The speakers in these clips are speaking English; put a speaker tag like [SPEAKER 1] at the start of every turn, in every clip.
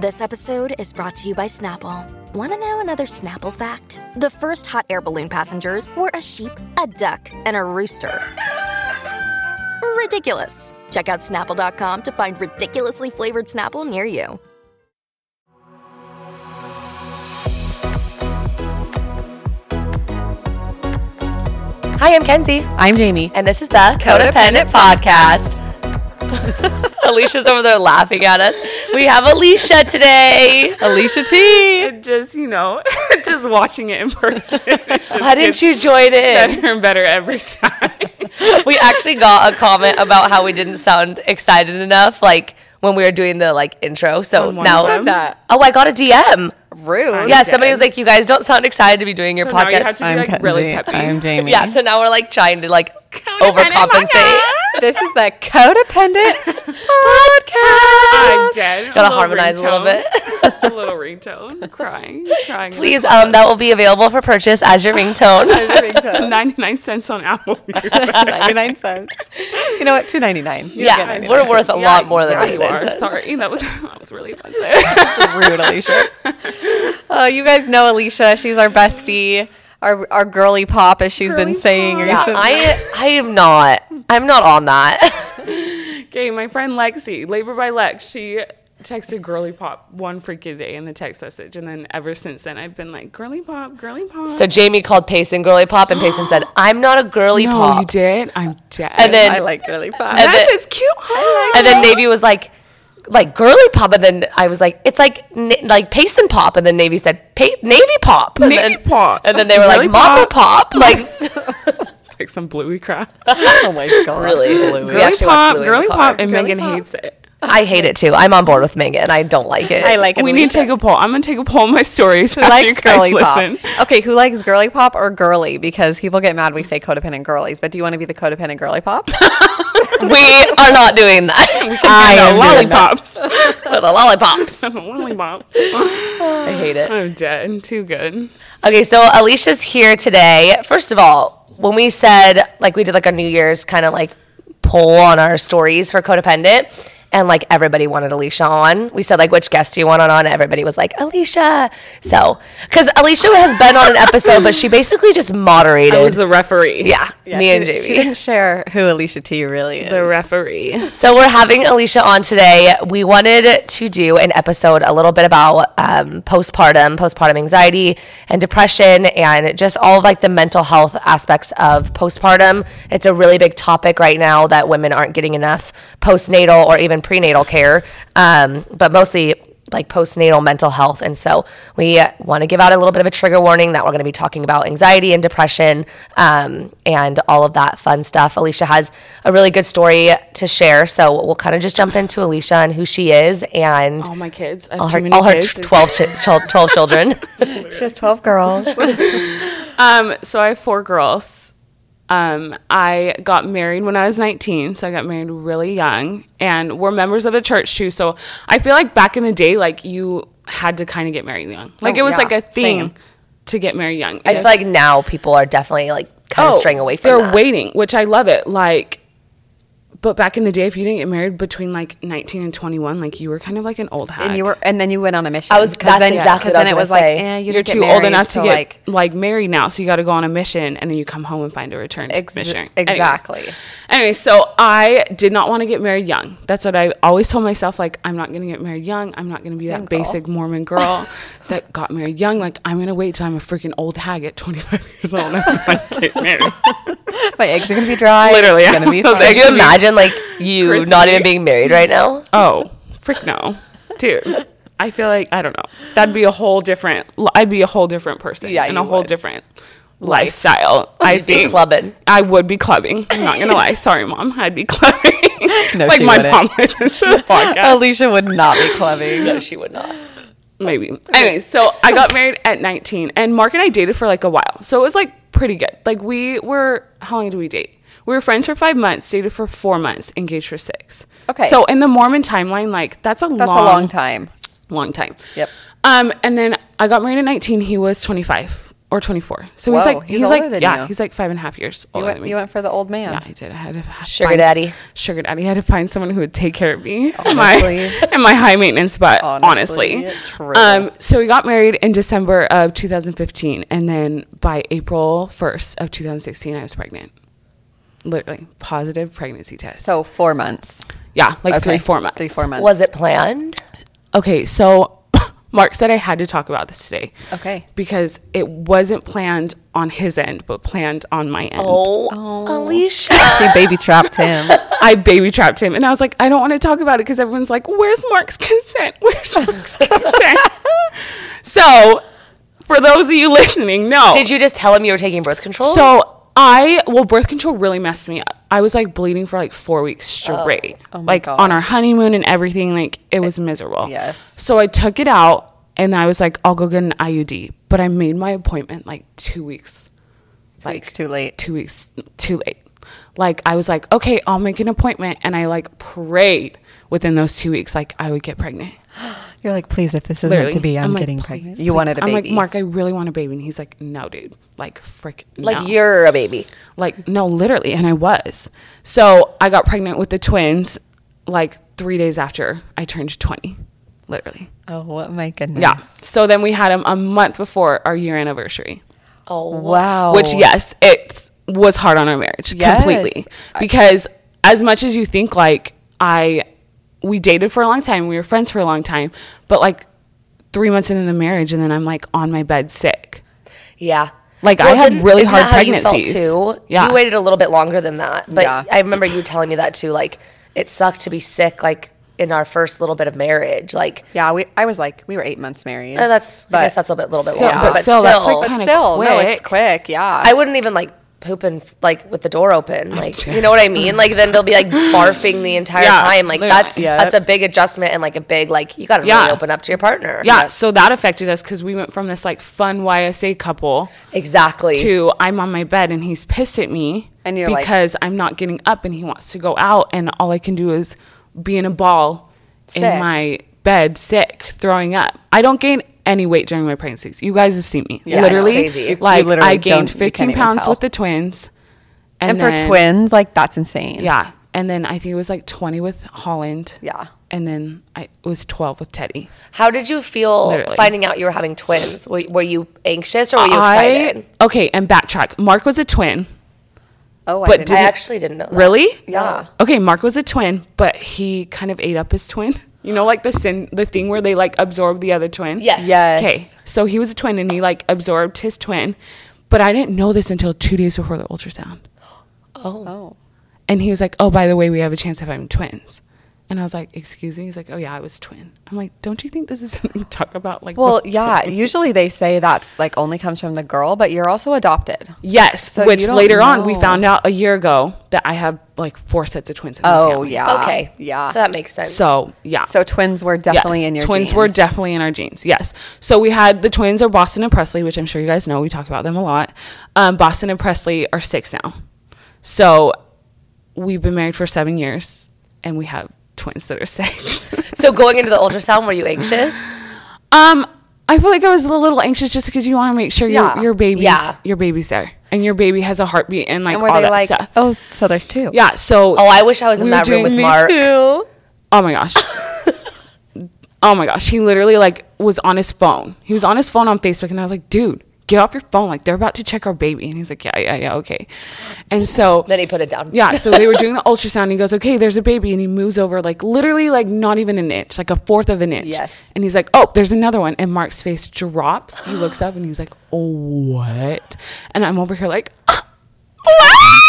[SPEAKER 1] This episode is brought to you by Snapple. Want to know another Snapple fact? The first hot air balloon passengers were a sheep, a duck, and a rooster. Ridiculous. Check out snapple.com to find ridiculously flavored Snapple near you.
[SPEAKER 2] Hi, I'm Kenzie,
[SPEAKER 3] I'm Jamie.
[SPEAKER 2] and this is the Codependent, Podcast. Alicia's over there laughing at us. We have Alicia today.
[SPEAKER 3] Alicia T.
[SPEAKER 4] it just you know just watching it in person it just
[SPEAKER 2] Why didn't
[SPEAKER 4] gets
[SPEAKER 2] you join in?
[SPEAKER 4] better and better every time
[SPEAKER 2] We actually got a comment about how we didn't sound excited enough, like when we were doing the like intro. So
[SPEAKER 4] On one
[SPEAKER 2] now,
[SPEAKER 4] of them? Who said
[SPEAKER 3] that?
[SPEAKER 2] oh, I got a DM.
[SPEAKER 3] Rude.
[SPEAKER 2] Yeah, somebody was like, "You guys don't sound excited to be doing your
[SPEAKER 4] So now you have
[SPEAKER 2] podcast."
[SPEAKER 4] to be, like, really peppy.
[SPEAKER 3] I'm Jamie.
[SPEAKER 2] yeah, so now we're like trying to like
[SPEAKER 4] Codependent
[SPEAKER 2] overcompensate.
[SPEAKER 4] podcast.
[SPEAKER 3] This is the codependent.
[SPEAKER 4] I'm
[SPEAKER 2] podcast.
[SPEAKER 4] dead.
[SPEAKER 2] Gotta
[SPEAKER 4] little
[SPEAKER 2] harmonize a little bit.
[SPEAKER 4] ringtone. a little ringtone crying crying
[SPEAKER 2] Please, um, that will be available for purchase as your ringtone.
[SPEAKER 4] 99 cents on apple Music.
[SPEAKER 3] 99 cents. You know what? 2.99. You don't
[SPEAKER 2] yeah,
[SPEAKER 3] get
[SPEAKER 2] we're worth a
[SPEAKER 4] Yeah,
[SPEAKER 2] lot more than
[SPEAKER 4] yeah,
[SPEAKER 2] that.
[SPEAKER 4] you are sorry that was that was really offensive
[SPEAKER 3] 99. Rude, Alicia. Oh, you guys know Alicia. She's our bestie, our our girly pop, as she's been
[SPEAKER 4] Girly
[SPEAKER 3] saying
[SPEAKER 4] pop.
[SPEAKER 2] Yeah,
[SPEAKER 3] recently.
[SPEAKER 2] I I am not. I'm not on that.
[SPEAKER 4] okay my friend lexi labor by lex she texted girly pop one freaking day in the text message and then ever since then i've been like girly pop girly pop
[SPEAKER 2] So Jamie called Payson girly pop, and Payson said, "I'm not a girly
[SPEAKER 4] no
[SPEAKER 2] pop."
[SPEAKER 4] you did i'm dead
[SPEAKER 2] And then
[SPEAKER 3] I like girly pop.
[SPEAKER 2] and
[SPEAKER 4] Yes,
[SPEAKER 2] then-
[SPEAKER 4] it's cute.
[SPEAKER 2] and then Navy was like, like girly pop, and then I was like, it's like na- like Payson pop, and then Navy said pa- Navy pop, and
[SPEAKER 4] Navy
[SPEAKER 2] then,
[SPEAKER 4] pop.
[SPEAKER 2] and then they were
[SPEAKER 4] Girly
[SPEAKER 2] like Mama pop, like
[SPEAKER 4] it's like some bluey crap.
[SPEAKER 3] oh my god.
[SPEAKER 2] really, we
[SPEAKER 4] Girly
[SPEAKER 2] actually watched
[SPEAKER 4] pop,
[SPEAKER 2] Bluey in the
[SPEAKER 4] girly
[SPEAKER 2] car.
[SPEAKER 4] pop, and
[SPEAKER 3] Girly
[SPEAKER 4] Megan
[SPEAKER 3] pop.
[SPEAKER 4] hates it.
[SPEAKER 2] I hate it too. I'm on board with Megan. I don't like it.
[SPEAKER 3] I like it.
[SPEAKER 4] we need to take
[SPEAKER 3] Alicia.
[SPEAKER 4] a poll. I'm gonna take a poll of my stories.
[SPEAKER 3] Who likes girly
[SPEAKER 4] listen.
[SPEAKER 3] pop? Okay, who likes girly pop or girly? Because people get mad we say codependent girlies, but do you want to be the codependent girly pop?
[SPEAKER 2] we are not doing that.
[SPEAKER 3] I
[SPEAKER 4] No,
[SPEAKER 3] am doing that.
[SPEAKER 4] lollipops.
[SPEAKER 2] the lollipops.
[SPEAKER 4] Lollipop.
[SPEAKER 2] I hate it.
[SPEAKER 4] I'm dead. Too good.
[SPEAKER 2] Okay, so Alicia's here today. First of all, when we said like we did like a New Year's kind of like poll on our stories for codependent, and like everybody wanted Alicia on. We said like which guest do you want on? On everybody was like Alicia. So because Alicia has been on an episode, but she basically just moderated.
[SPEAKER 4] I was the referee.
[SPEAKER 2] yeah, me
[SPEAKER 3] she
[SPEAKER 2] and
[SPEAKER 3] di- She
[SPEAKER 2] Jamie.
[SPEAKER 3] didn't share who Alicia T really is.
[SPEAKER 4] The referee.
[SPEAKER 2] So we're having Alicia on today. We wanted to do an episode a little bit about um, postpartum, postpartum anxiety, and depression, and just all of like the mental health aspects of postpartum. It's a really big topic right now that women aren't getting enough postnatal or even prenatal care, um, but mostly like postnatal mental health. And so we uh, want to give out a little bit of a trigger warning that we're going to be talking about anxiety and depression um, and all of that fun stuff. Alicia has a really good story to share. So we'll kind of just jump into Alicia and who she is and
[SPEAKER 4] All my kids. I have
[SPEAKER 2] all
[SPEAKER 4] Oh, too
[SPEAKER 2] her,
[SPEAKER 4] many
[SPEAKER 2] all her
[SPEAKER 4] kids.
[SPEAKER 2] 12, ch- 12 children.
[SPEAKER 3] She has 12 girls.
[SPEAKER 4] Um, so I have four girls. Um, I got married when I was 19, so I got married really young, and we're members of the church too. So I feel like back in the day, like you had to kind of get married young, like
[SPEAKER 3] Oh,
[SPEAKER 4] it was
[SPEAKER 3] yeah.
[SPEAKER 4] like a thing
[SPEAKER 3] Same.
[SPEAKER 4] to get married young. Oh,
[SPEAKER 2] I feel like now people are definitely like kind of straying away from
[SPEAKER 4] They're
[SPEAKER 2] that.
[SPEAKER 4] waiting, which I love it. Like, but back in the day, if you didn't get married between like 19 and 21, like you were kind of like an old hag.
[SPEAKER 3] and you were and then you went on a mission.
[SPEAKER 2] I was-
[SPEAKER 3] 'Cause
[SPEAKER 2] that's
[SPEAKER 3] then,
[SPEAKER 2] exactly
[SPEAKER 3] 'cause
[SPEAKER 2] what I
[SPEAKER 3] then
[SPEAKER 2] was
[SPEAKER 3] it was
[SPEAKER 2] gonna say.
[SPEAKER 3] like, eh, you
[SPEAKER 4] you're
[SPEAKER 3] didn't get
[SPEAKER 4] too old
[SPEAKER 3] married,
[SPEAKER 4] enough
[SPEAKER 3] so,
[SPEAKER 4] to get
[SPEAKER 3] like
[SPEAKER 4] like, married now, so you got to go on a mission, and then you come home and find a return
[SPEAKER 3] Ex-
[SPEAKER 4] mission.
[SPEAKER 3] exactly.
[SPEAKER 4] Anyways. Anyway, so I did not want to get married young. That's what I always told myself. Like, I'm not going to get married young. I'm not going to be that
[SPEAKER 3] girl.
[SPEAKER 4] basic Mormon girl that got married young. Like, I'm going to wait till I'm a freaking old hag at 25 years old and like, get married.
[SPEAKER 3] my eggs are gonna be dry.
[SPEAKER 4] Literally,
[SPEAKER 3] it's gonna
[SPEAKER 4] I
[SPEAKER 3] be
[SPEAKER 4] was
[SPEAKER 3] fun.
[SPEAKER 4] like-
[SPEAKER 2] Could you imagine like you
[SPEAKER 4] Christy.
[SPEAKER 2] not even being married right now?
[SPEAKER 4] Oh, frick no. Dude, I feel like, I don't know. That'd be a whole different, I'd be a whole different person
[SPEAKER 3] Yeah,
[SPEAKER 4] and a
[SPEAKER 3] you
[SPEAKER 4] whole
[SPEAKER 3] would.
[SPEAKER 4] different lifestyle. I
[SPEAKER 2] be
[SPEAKER 4] think
[SPEAKER 2] clubbing.
[SPEAKER 4] I would be clubbing. I'm not gonna lie. Sorry, mom. I'd be clubbing.
[SPEAKER 3] No,
[SPEAKER 4] like
[SPEAKER 3] she
[SPEAKER 4] my
[SPEAKER 3] wouldn't.
[SPEAKER 4] mom listens to the podcast.
[SPEAKER 3] Alicia would not be clubbing.
[SPEAKER 2] No, she would not.
[SPEAKER 4] Maybe. Anyway, so I got married at 19, and Mark and I dated for like a while. So it was like pretty good. Like we were, how long did we date? We were friends for five months, dated for four months, engaged for six.
[SPEAKER 3] Okay.
[SPEAKER 4] So in the Mormon timeline, like that's a
[SPEAKER 3] That's
[SPEAKER 4] long,
[SPEAKER 3] a long time.
[SPEAKER 4] Long time.
[SPEAKER 3] Yep.
[SPEAKER 4] Um, and then I got married at 19. He was 25 or 24. So he's
[SPEAKER 3] Whoa,
[SPEAKER 4] like,
[SPEAKER 3] he's
[SPEAKER 4] he's,
[SPEAKER 3] older
[SPEAKER 4] like,
[SPEAKER 3] than
[SPEAKER 4] yeah,
[SPEAKER 3] you.
[SPEAKER 4] he's like five and a half years
[SPEAKER 3] You
[SPEAKER 4] older
[SPEAKER 3] went,
[SPEAKER 4] than me.
[SPEAKER 3] you went for the old man.
[SPEAKER 4] yeah, I did. I had to f-
[SPEAKER 2] Sugar
[SPEAKER 4] find-
[SPEAKER 2] daddy.
[SPEAKER 4] Sugar daddy. I had to find someone who would take care of me in my
[SPEAKER 3] Honestly.
[SPEAKER 4] in my high maintenance spot.
[SPEAKER 3] Honestly,
[SPEAKER 4] Honestly,
[SPEAKER 3] true.
[SPEAKER 4] Um, so we got married in December of 2015, and then by April 1st of 2016, I was pregnant. Literally positive pregnancy test.
[SPEAKER 3] So four months.
[SPEAKER 4] yeah, like
[SPEAKER 3] Okay.
[SPEAKER 4] three four months.
[SPEAKER 3] Three four months.
[SPEAKER 2] Was it planned?
[SPEAKER 4] Okay, so Mark said I had to talk about this today.
[SPEAKER 3] Okay.
[SPEAKER 4] Because it wasn't planned on his end, but planned on my end.
[SPEAKER 2] Oh, Alicia.
[SPEAKER 3] she baby trapped him.
[SPEAKER 4] I baby trapped him, and I was like, I don't want to talk about it because everyone's like, "Where's Mark's consent? Where's Mark's consent?" so, for those of you listening, no.
[SPEAKER 2] Did you just tell him you were taking birth control?
[SPEAKER 4] So I well, birth control really messed me up. I was like bleeding for like four weeks straight,
[SPEAKER 3] Oh my
[SPEAKER 4] like
[SPEAKER 3] God.
[SPEAKER 4] on our honeymoon and everything. Like it was miserable.
[SPEAKER 3] yes.
[SPEAKER 4] So I took it out, and I was like, I'll go get an IUD, but I made my appointment like two weeks
[SPEAKER 3] Two weeks too late.
[SPEAKER 4] two weeks too late. Like I was like, okay, I'll make an appointment, and I like prayed within those two weeks, like I would get pregnant.
[SPEAKER 3] You're like, please, if this is meant to
[SPEAKER 4] Literally.
[SPEAKER 3] be, I'm,
[SPEAKER 4] like,
[SPEAKER 3] getting
[SPEAKER 4] please,
[SPEAKER 3] pregnant.
[SPEAKER 4] please.
[SPEAKER 3] You wanted a baby.
[SPEAKER 4] I'm like, Mark, I really want a baby, and he's like, no, dude, like frick,
[SPEAKER 2] like
[SPEAKER 4] no.
[SPEAKER 2] you're a baby.
[SPEAKER 4] like no, literally, and I was. So I got pregnant with the twins, like three days after I turned twenty, literally.
[SPEAKER 3] Oh what my goodness.
[SPEAKER 4] Yeah. So then we had him a month before our year anniversary.
[SPEAKER 3] Wow.
[SPEAKER 4] Which yes, it was hard on our marriage
[SPEAKER 3] Oh. Yes.
[SPEAKER 4] completely because as much as you think like I we dated for a long time, we were friends for a long time, but like 3 months into the marriage and then I'm like on my bed sick.
[SPEAKER 2] Yeah.
[SPEAKER 4] Like, I had
[SPEAKER 2] didn't-
[SPEAKER 4] really
[SPEAKER 2] isn't
[SPEAKER 4] hard
[SPEAKER 2] that how you felt,
[SPEAKER 4] pregnancies.
[SPEAKER 2] too.
[SPEAKER 4] Yeah.
[SPEAKER 2] You waited a little bit longer than that. But
[SPEAKER 3] Yeah.
[SPEAKER 2] I remember you telling me that too. Like it sucked to be sick like in our first little bit of marriage. Like
[SPEAKER 3] Yeah, we, I was like, we were eight months married.
[SPEAKER 2] uh, that's
[SPEAKER 3] But-
[SPEAKER 2] I guess that's a little bit, little bit
[SPEAKER 4] So-
[SPEAKER 2] longer.
[SPEAKER 4] but
[SPEAKER 2] But,
[SPEAKER 4] still, that's
[SPEAKER 2] still
[SPEAKER 4] like-
[SPEAKER 3] but
[SPEAKER 4] Oh, kinda
[SPEAKER 3] still, no, it's
[SPEAKER 4] quick.
[SPEAKER 3] quick. Yeah.
[SPEAKER 2] I wouldn't even like poop and like with the door open. Like you know what I mean? Like then they'll be like barfing the entire
[SPEAKER 4] Yeah,
[SPEAKER 2] time. Like
[SPEAKER 4] literally.
[SPEAKER 2] that's
[SPEAKER 3] Yeah.
[SPEAKER 2] that's a big adjustment and like a big like you gotta
[SPEAKER 4] Yeah.
[SPEAKER 2] really open up to your partner.
[SPEAKER 4] Yeah, so that affected us cuz we went from this like fun YSA couple
[SPEAKER 2] Exactly.
[SPEAKER 4] to I'm on my bed and he's pissed at me
[SPEAKER 3] And you're like-
[SPEAKER 4] because I'm not getting up and he wants to go out and all I can do is be in a ball
[SPEAKER 3] Sick.
[SPEAKER 4] in my bed sick, throwing up. I don't gain any weight during my pregnancies. You guys have seen me.
[SPEAKER 3] Yeah, it's
[SPEAKER 4] literally
[SPEAKER 2] crazy. You-
[SPEAKER 4] like
[SPEAKER 3] you literally
[SPEAKER 4] I gained
[SPEAKER 3] don't- you can't
[SPEAKER 4] 15
[SPEAKER 3] even
[SPEAKER 4] pounds
[SPEAKER 3] tell.
[SPEAKER 4] with the twins.
[SPEAKER 3] and for
[SPEAKER 4] then-
[SPEAKER 3] twins, like that's insane.
[SPEAKER 4] Yeah. And then I think it was like 20 with Holland.
[SPEAKER 3] Yeah.
[SPEAKER 4] And then I it was 12 with Teddy.
[SPEAKER 2] How did you feel
[SPEAKER 4] Literally.
[SPEAKER 2] finding out you were having twins? Were, were you anxious or were you excited?
[SPEAKER 4] I Okay, and backtrack. Mark was a twin.
[SPEAKER 3] Oh, I
[SPEAKER 4] But
[SPEAKER 3] didn't-
[SPEAKER 4] did-
[SPEAKER 2] I actually didn't know. That.
[SPEAKER 4] Really?
[SPEAKER 3] Yeah.
[SPEAKER 4] Okay, Mark was a twin, but he kind of ate up his twin. You know, like the sin, the thing where they like absorb the other twin.
[SPEAKER 2] Yes.
[SPEAKER 3] Yes.
[SPEAKER 4] Okay, so he was a twin, and he like absorbed his twin, but I didn't know this until two days before the ultrasound,
[SPEAKER 3] Oh.
[SPEAKER 4] and he was like, "Oh, by the way, we have a chance of having twins." And I was like, "Excuse me." He's like, "Oh yeah, I was twin." I'm like, "Don't you think this is something to talk about?" Like,
[SPEAKER 3] Well, yeah. Usually they say that's like only comes from the girl, but you're also adopted.
[SPEAKER 4] yes.
[SPEAKER 3] So you
[SPEAKER 4] which
[SPEAKER 3] don't
[SPEAKER 4] later on we
[SPEAKER 3] know.
[SPEAKER 4] found out a year ago that I have like four sets of twins. In my
[SPEAKER 3] Oh,
[SPEAKER 4] family.
[SPEAKER 3] yeah.
[SPEAKER 2] Okay.
[SPEAKER 3] Yeah.
[SPEAKER 2] So that makes sense.
[SPEAKER 4] So yeah.
[SPEAKER 3] So twins were definitely
[SPEAKER 4] yes,
[SPEAKER 3] in your
[SPEAKER 4] twins were
[SPEAKER 3] genes.
[SPEAKER 4] definitely in our genes. Yes. So we had the twins are Boston and Presley, which I'm sure you guys know. We talk about them a lot. Um, Boston and Presley are six now. So we've been married for seven years, and we have twins that are six.
[SPEAKER 2] so going into the ultrasound, were you anxious?
[SPEAKER 4] um, I feel like I was a little anxious just because you want to make sure
[SPEAKER 3] Yeah.
[SPEAKER 4] your your baby's
[SPEAKER 2] Yeah.
[SPEAKER 4] your baby's there, and your baby has a heartbeat and like
[SPEAKER 3] And were
[SPEAKER 4] all
[SPEAKER 3] they
[SPEAKER 4] that
[SPEAKER 3] like,
[SPEAKER 4] stuff.
[SPEAKER 3] oh, so there's two?
[SPEAKER 4] Yeah. So
[SPEAKER 2] Oh, I wish I was in
[SPEAKER 4] We were
[SPEAKER 2] that room
[SPEAKER 4] doing-
[SPEAKER 2] with
[SPEAKER 4] Me
[SPEAKER 2] Mark.
[SPEAKER 4] Oh my gosh. oh my gosh. He literally like was on his phone. He was on his phone on Facebook and I was like, dude, get off your phone. Like they're about to check our baby. And he's like, Yeah, yeah, yeah, okay. And so
[SPEAKER 2] Then he put it down.
[SPEAKER 4] Yeah, so they were doing the ultrasound and he goes, Okay, there's a baby and he moves over like literally like not even an inch, like a fourth of an inch.
[SPEAKER 3] Yes.
[SPEAKER 4] And he's like, Oh, there's another one. And Mark's face drops. He looks up and he's like, Oh what? And I'm over here like What?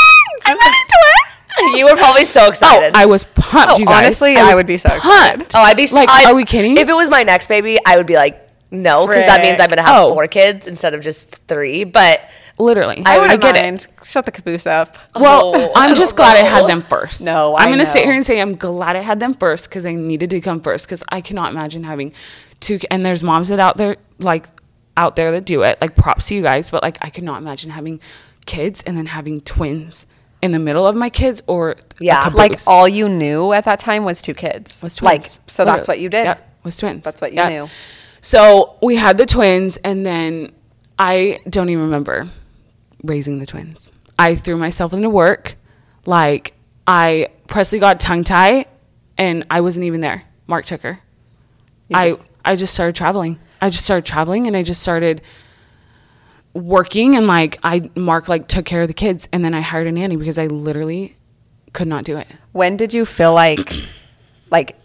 [SPEAKER 4] I'm having twins.
[SPEAKER 2] You were probably so
[SPEAKER 4] Oh,
[SPEAKER 2] excited.
[SPEAKER 4] I was pumped.
[SPEAKER 3] Oh,
[SPEAKER 4] you guys.
[SPEAKER 3] honestly, I
[SPEAKER 4] was
[SPEAKER 3] would be so excited.
[SPEAKER 4] pumped.
[SPEAKER 2] Oh, I'd be
[SPEAKER 4] like,
[SPEAKER 2] I-
[SPEAKER 4] are we kidding?
[SPEAKER 2] If it was my next baby, I would be like, no, because that means I'm gonna have
[SPEAKER 4] Frick. Oh.
[SPEAKER 2] four kids instead of just three. But
[SPEAKER 4] Literally.
[SPEAKER 3] I would
[SPEAKER 4] I get it.
[SPEAKER 3] mind. Shut the caboose up.
[SPEAKER 4] Well,
[SPEAKER 2] Oh, I
[SPEAKER 4] I'm just
[SPEAKER 2] don't
[SPEAKER 4] glad I had
[SPEAKER 2] know.
[SPEAKER 4] them first.
[SPEAKER 3] No, I
[SPEAKER 4] I'm gonna sit
[SPEAKER 3] know.
[SPEAKER 4] here and say I'm glad I had them first because I needed to come first because I cannot imagine having two. And there's moms that out there like out there that do it. Like props to you guys, but like I could not imagine having kids and then having twins in the middle of my kids or
[SPEAKER 2] Yeah,
[SPEAKER 4] a
[SPEAKER 3] Like
[SPEAKER 4] caboose.
[SPEAKER 3] all you knew at that time was two kids.
[SPEAKER 4] was twins.
[SPEAKER 3] Like so
[SPEAKER 4] Literally.
[SPEAKER 3] that's what you did.
[SPEAKER 4] Yep, was twins.
[SPEAKER 3] That's what you
[SPEAKER 4] Yeah.
[SPEAKER 3] knew.
[SPEAKER 4] So we had the twins, and then I don't even remember raising the twins. I threw myself into work, like I Presley got tongue tie, and I wasn't even there. Mark took her. I
[SPEAKER 3] just-
[SPEAKER 4] I just started traveling. I just started traveling, and I just started working and like I Mark like took care of the kids and then I hired a nanny because I literally could not do it.
[SPEAKER 3] When did you feel like like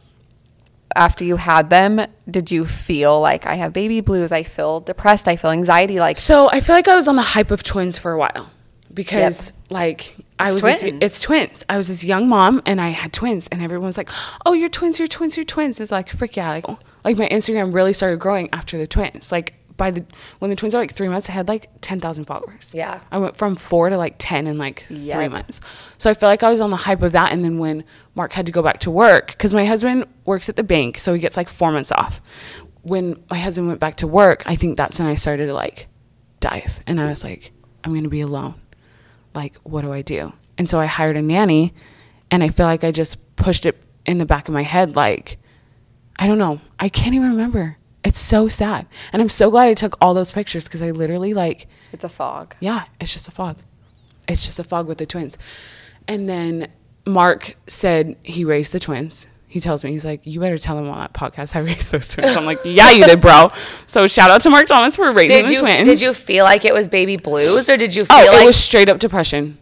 [SPEAKER 3] after you had them, did you feel like I have baby blues, I feel depressed, I feel anxiety like
[SPEAKER 4] So I feel like I was on the hype of twins for a while because like I
[SPEAKER 3] It's
[SPEAKER 4] was this-
[SPEAKER 3] twins.
[SPEAKER 4] it's twins. I was this young mom and I had twins and everyone's like, "Oh, you're twins, you're twins, you're twins." It's like, "Frick yeah." Like, like my Instagram really started growing after the twins. Like by the when the twins are like 3 months, I had like 10,000 followers.
[SPEAKER 2] Yeah.
[SPEAKER 4] I went from 4 to like 10 in like
[SPEAKER 3] Yep.
[SPEAKER 4] 3 months. So I feel like I was on the hype of that and then when Mark had to go back to work cuz my husband works at the bank, so he gets like 4 months off. When my husband went back to work, I think that's when I started to like dive. And I was like, I'm going to be alone. Like, what do I do? And so I hired a nanny. And I feel like I just pushed it in the back of my head. Like, I don't know. I can't even remember. It's so sad. And I'm so glad I took all those pictures because I literally, like,
[SPEAKER 3] it's a fog.
[SPEAKER 4] yeah, it's just a fog. It's just a fog with the twins. And then Mark said he raised the twins. He tells me, he's like, you better tell him on that podcast I raised those twins. I'm like, yeah, you did, bro. So shout out to Mark Thomas for raising
[SPEAKER 2] Did
[SPEAKER 4] the
[SPEAKER 2] you
[SPEAKER 4] twins.
[SPEAKER 2] did you feel like it was baby blues or did you feel
[SPEAKER 4] Oh,
[SPEAKER 2] like
[SPEAKER 4] it was straight up depression.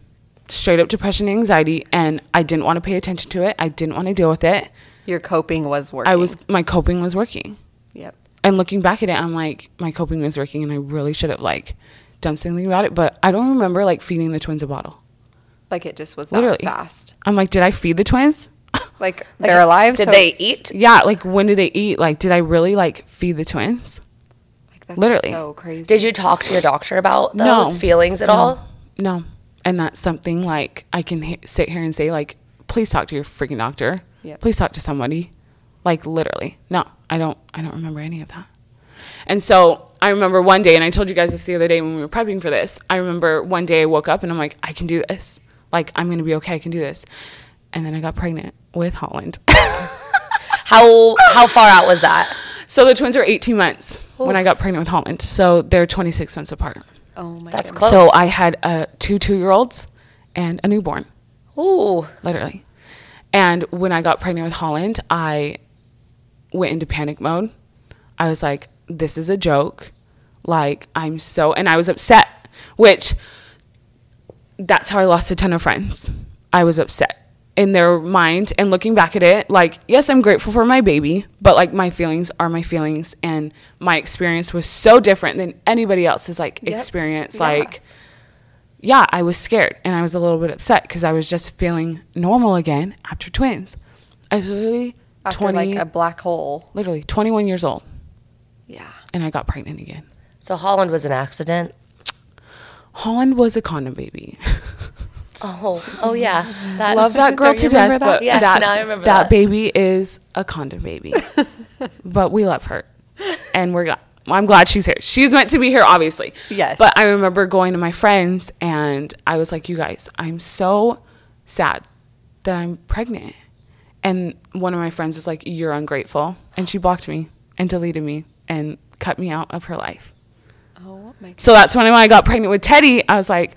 [SPEAKER 4] Straight up depression and anxiety. And I didn't want to pay attention to it. I didn't want to deal with it.
[SPEAKER 3] Your coping was working.
[SPEAKER 4] I was, my coping was working.
[SPEAKER 3] Yep.
[SPEAKER 4] And looking back at it, I'm like, my coping was working and I really should have, like, done something about it. But I don't remember, like, feeding the twins a bottle.
[SPEAKER 3] Like it just was that
[SPEAKER 4] Literally.
[SPEAKER 3] fast.
[SPEAKER 4] I'm like, did I feed the twins?
[SPEAKER 3] Like, they're alive.
[SPEAKER 2] did
[SPEAKER 3] so-
[SPEAKER 2] they eat?
[SPEAKER 4] yeah. Like, when did they eat? Like, did I really, like, feed the twins?
[SPEAKER 3] Like, that's
[SPEAKER 4] Literally.
[SPEAKER 3] so crazy.
[SPEAKER 2] Did you talk to your doctor about
[SPEAKER 4] No.
[SPEAKER 2] those feelings at
[SPEAKER 4] No.
[SPEAKER 2] all?
[SPEAKER 4] No. And that's something, like, I can h- sit here and say, like, please talk to your freaking doctor.
[SPEAKER 3] Yep.
[SPEAKER 4] Please talk to somebody. Like, literally. No, I don't, I don't remember any of that. And so I remember one day, and I told you guys this the other day when we were prepping for this. I remember one day I woke up and I'm like, I can do this. Like, I'm going to be okay. I can do this. And then I got pregnant with Holland.
[SPEAKER 2] How how far out was that?
[SPEAKER 4] So the twins were 18 months when I got pregnant with Holland. So they're 26 months apart.
[SPEAKER 3] Oh my
[SPEAKER 2] That's
[SPEAKER 3] god.
[SPEAKER 2] close.
[SPEAKER 4] So I had uh, two two year olds and a newborn,
[SPEAKER 2] ooh
[SPEAKER 4] literally. And when I got pregnant with Holland, I went into panic mode. I was like, this is a joke. Like, I'm so, and I was upset, which that's how I lost a ton of friends. I was upset in their mind. And looking back at it, like, yes, I'm grateful for my baby, but like my feelings are my feelings. And my experience was so different than anybody else's like experience. Like, yeah, I was scared and I was a little bit upset because I was just feeling normal again after twins. I was literally
[SPEAKER 3] After
[SPEAKER 4] 20,
[SPEAKER 3] like a black hole.
[SPEAKER 4] literally 21 years old
[SPEAKER 3] Yeah.
[SPEAKER 4] and I got pregnant again.
[SPEAKER 2] So Holland was an accident.
[SPEAKER 4] Holland was a condom baby.
[SPEAKER 2] Oh, oh yeah. That
[SPEAKER 4] Love that girl to death, but
[SPEAKER 2] Yes,
[SPEAKER 4] that,
[SPEAKER 2] now I remember
[SPEAKER 4] that
[SPEAKER 2] that.
[SPEAKER 4] baby is a condom baby. but we love her, and we're. gl- I'm glad she's here. She's meant to be here, obviously.
[SPEAKER 3] Yes.
[SPEAKER 4] But I remember going to my friends, and I was like, "You guys, I'm so sad that I'm pregnant." And one of my friends was like, "You're ungrateful," and she blocked me and deleted me and cut me out of her life.
[SPEAKER 3] Oh my
[SPEAKER 4] So that's when I got pregnant with Teddy. I was like,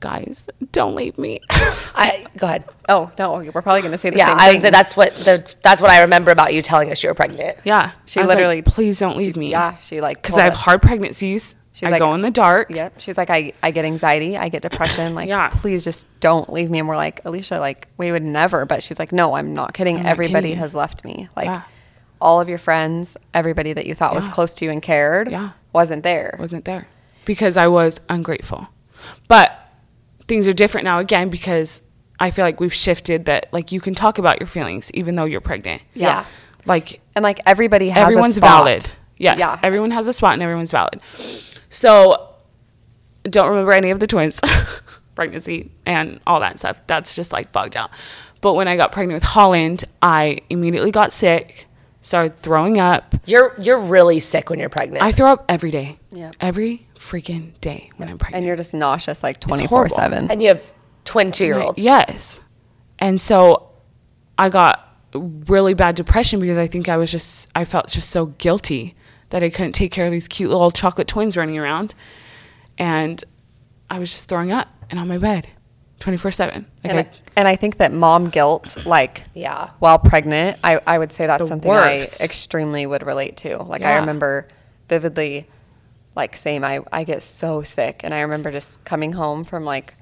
[SPEAKER 4] "Guys, don't leave me."
[SPEAKER 2] I go ahead.
[SPEAKER 3] Oh no, we're probably gonna say the
[SPEAKER 2] Yeah,
[SPEAKER 3] same
[SPEAKER 2] I
[SPEAKER 3] thing.
[SPEAKER 2] would say that's what the that's what I remember about you telling us you were pregnant.
[SPEAKER 4] Yeah.
[SPEAKER 3] She
[SPEAKER 4] I was like,
[SPEAKER 3] literally-
[SPEAKER 4] please don't leave me.
[SPEAKER 3] yeah, she, like,
[SPEAKER 4] because
[SPEAKER 3] told
[SPEAKER 4] I have
[SPEAKER 3] us.
[SPEAKER 4] hard pregnancies.
[SPEAKER 3] She's
[SPEAKER 4] I
[SPEAKER 3] like-
[SPEAKER 4] go in the dark.
[SPEAKER 3] Yep. She's like, I, I get anxiety, I get depression. Like,
[SPEAKER 4] Yeah.
[SPEAKER 3] please just don't leave me. And we're like, Alicia, like, we would never. But she's like, no, I'm not kidding.
[SPEAKER 4] not
[SPEAKER 3] everybody
[SPEAKER 4] kidding.
[SPEAKER 3] has left me. Like,
[SPEAKER 4] Yeah.
[SPEAKER 3] all of your friends, everybody that you thought was
[SPEAKER 4] Yeah.
[SPEAKER 3] close to you and cared,
[SPEAKER 4] Yeah.
[SPEAKER 3] wasn't there.
[SPEAKER 4] wasn't there because I was ungrateful. But things are different now again because I feel like we've shifted that like you can talk about your feelings even though you're pregnant.
[SPEAKER 3] Yeah.
[SPEAKER 4] Like
[SPEAKER 3] and like everybody has
[SPEAKER 4] everyone's
[SPEAKER 3] a spot.
[SPEAKER 4] valid. Yes,
[SPEAKER 3] Yeah.
[SPEAKER 4] everyone has a spot and everyone's valid. So Don't remember any of the twins, pregnancy, and all that stuff. That's just like fogged out. But when I got pregnant with Holland, I immediately got sick, started throwing up.
[SPEAKER 2] You're you're really sick when you're pregnant.
[SPEAKER 4] I throw up every day.
[SPEAKER 3] Yeah.
[SPEAKER 4] Every freaking day when I'm pregnant.
[SPEAKER 3] and you're just nauseous like
[SPEAKER 4] horrible.
[SPEAKER 3] 24 7.
[SPEAKER 2] and you have twin two year olds.
[SPEAKER 4] Yes. And so I got really bad depression because I think I was just, I felt just so guilty that I couldn't take care of these cute little chocolate twins running around. And I was just throwing up and on my bed 24 7. Like,
[SPEAKER 3] And, I,
[SPEAKER 4] I-
[SPEAKER 3] and I think that mom guilt, like,
[SPEAKER 2] Yeah.
[SPEAKER 3] while pregnant, I, I would say that's
[SPEAKER 4] The
[SPEAKER 3] something
[SPEAKER 4] worst.
[SPEAKER 3] I extremely would relate to. Like, I
[SPEAKER 4] Yeah.
[SPEAKER 3] remember vividly, like, same, I, I get so sick. And I remember just coming home from like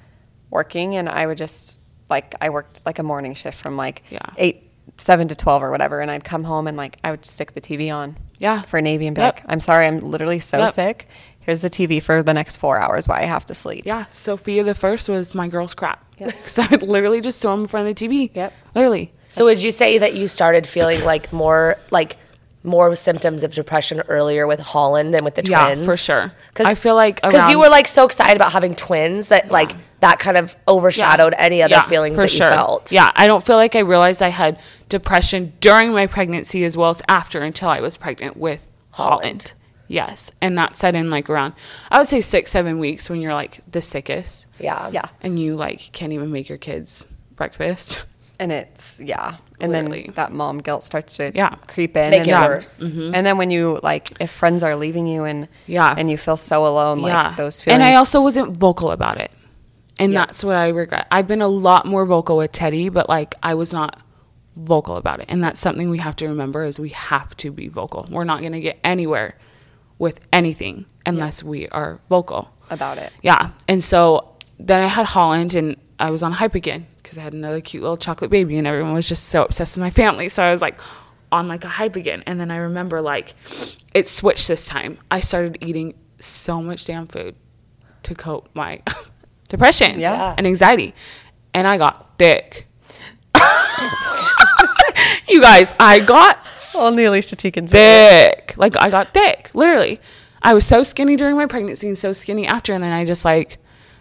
[SPEAKER 3] working, and I would just, like, I worked like a morning shift from like
[SPEAKER 4] Yeah.
[SPEAKER 3] eight, seven to 12 or whatever. And I'd come home and like, I would stick the TV on
[SPEAKER 4] Yeah.
[SPEAKER 3] for Navy and be
[SPEAKER 4] Yep.
[SPEAKER 3] like, I'm sorry, I'm literally so
[SPEAKER 4] Yep.
[SPEAKER 3] sick. Here's the TV for the next four hours while I have to sleep.
[SPEAKER 4] yeah, Sophia the first was my girl's crap. Because I would literally just throw them in front of the TV.
[SPEAKER 3] Yep.
[SPEAKER 4] Literally.
[SPEAKER 2] So would you say that you started feeling like more like more symptoms of depression earlier with Holland than with the
[SPEAKER 4] Yeah,
[SPEAKER 2] twins?
[SPEAKER 4] for sure. I feel like
[SPEAKER 2] because you
[SPEAKER 4] around-
[SPEAKER 2] were like so excited about having twins that like that kind of overshadowed any other
[SPEAKER 4] Yeah,
[SPEAKER 2] feelings
[SPEAKER 4] for
[SPEAKER 2] that you felt.
[SPEAKER 4] Yeah, I don't feel like I realized I had depression during my pregnancy as well as after until I was pregnant with Holland.
[SPEAKER 2] Holland.
[SPEAKER 4] Yes, and that set in like around I would say six seven weeks when you're like the sickest.
[SPEAKER 2] Yeah.
[SPEAKER 3] Yeah.
[SPEAKER 4] and you like can't even make your kids breakfast.
[SPEAKER 3] and it's yeah and
[SPEAKER 4] Literally.
[SPEAKER 3] then that mom guilt starts to
[SPEAKER 4] Yeah.
[SPEAKER 3] creep in
[SPEAKER 2] Make
[SPEAKER 3] and
[SPEAKER 2] it
[SPEAKER 3] then-
[SPEAKER 2] worse.
[SPEAKER 3] and then when you like if friends are leaving you and
[SPEAKER 4] Yeah.
[SPEAKER 3] and you feel so alone like
[SPEAKER 4] yeah,
[SPEAKER 3] those feelings
[SPEAKER 4] and I also wasn't vocal about it, and
[SPEAKER 3] Yeah.
[SPEAKER 4] that's what I regret. I've been a lot more vocal with Teddy, but like I was not vocal about it, and that's something we have to remember is we have to be vocal. We're not going to get anywhere with anything unless we are vocal
[SPEAKER 3] about it
[SPEAKER 4] Yeah. And so then I had Holland and I was on hype again because I had another cute little chocolate baby and everyone was just so obsessed with my family. So I was like on like a hype again. And then I remember like it switched this time. I started eating so much damn food to cope my depression
[SPEAKER 3] Yeah.
[SPEAKER 4] and anxiety. And I got thick. you guys, I got
[SPEAKER 3] only Alicia T can
[SPEAKER 4] thick. Like I got thick, literally. I was so skinny during my pregnancy and so skinny after, and then I just like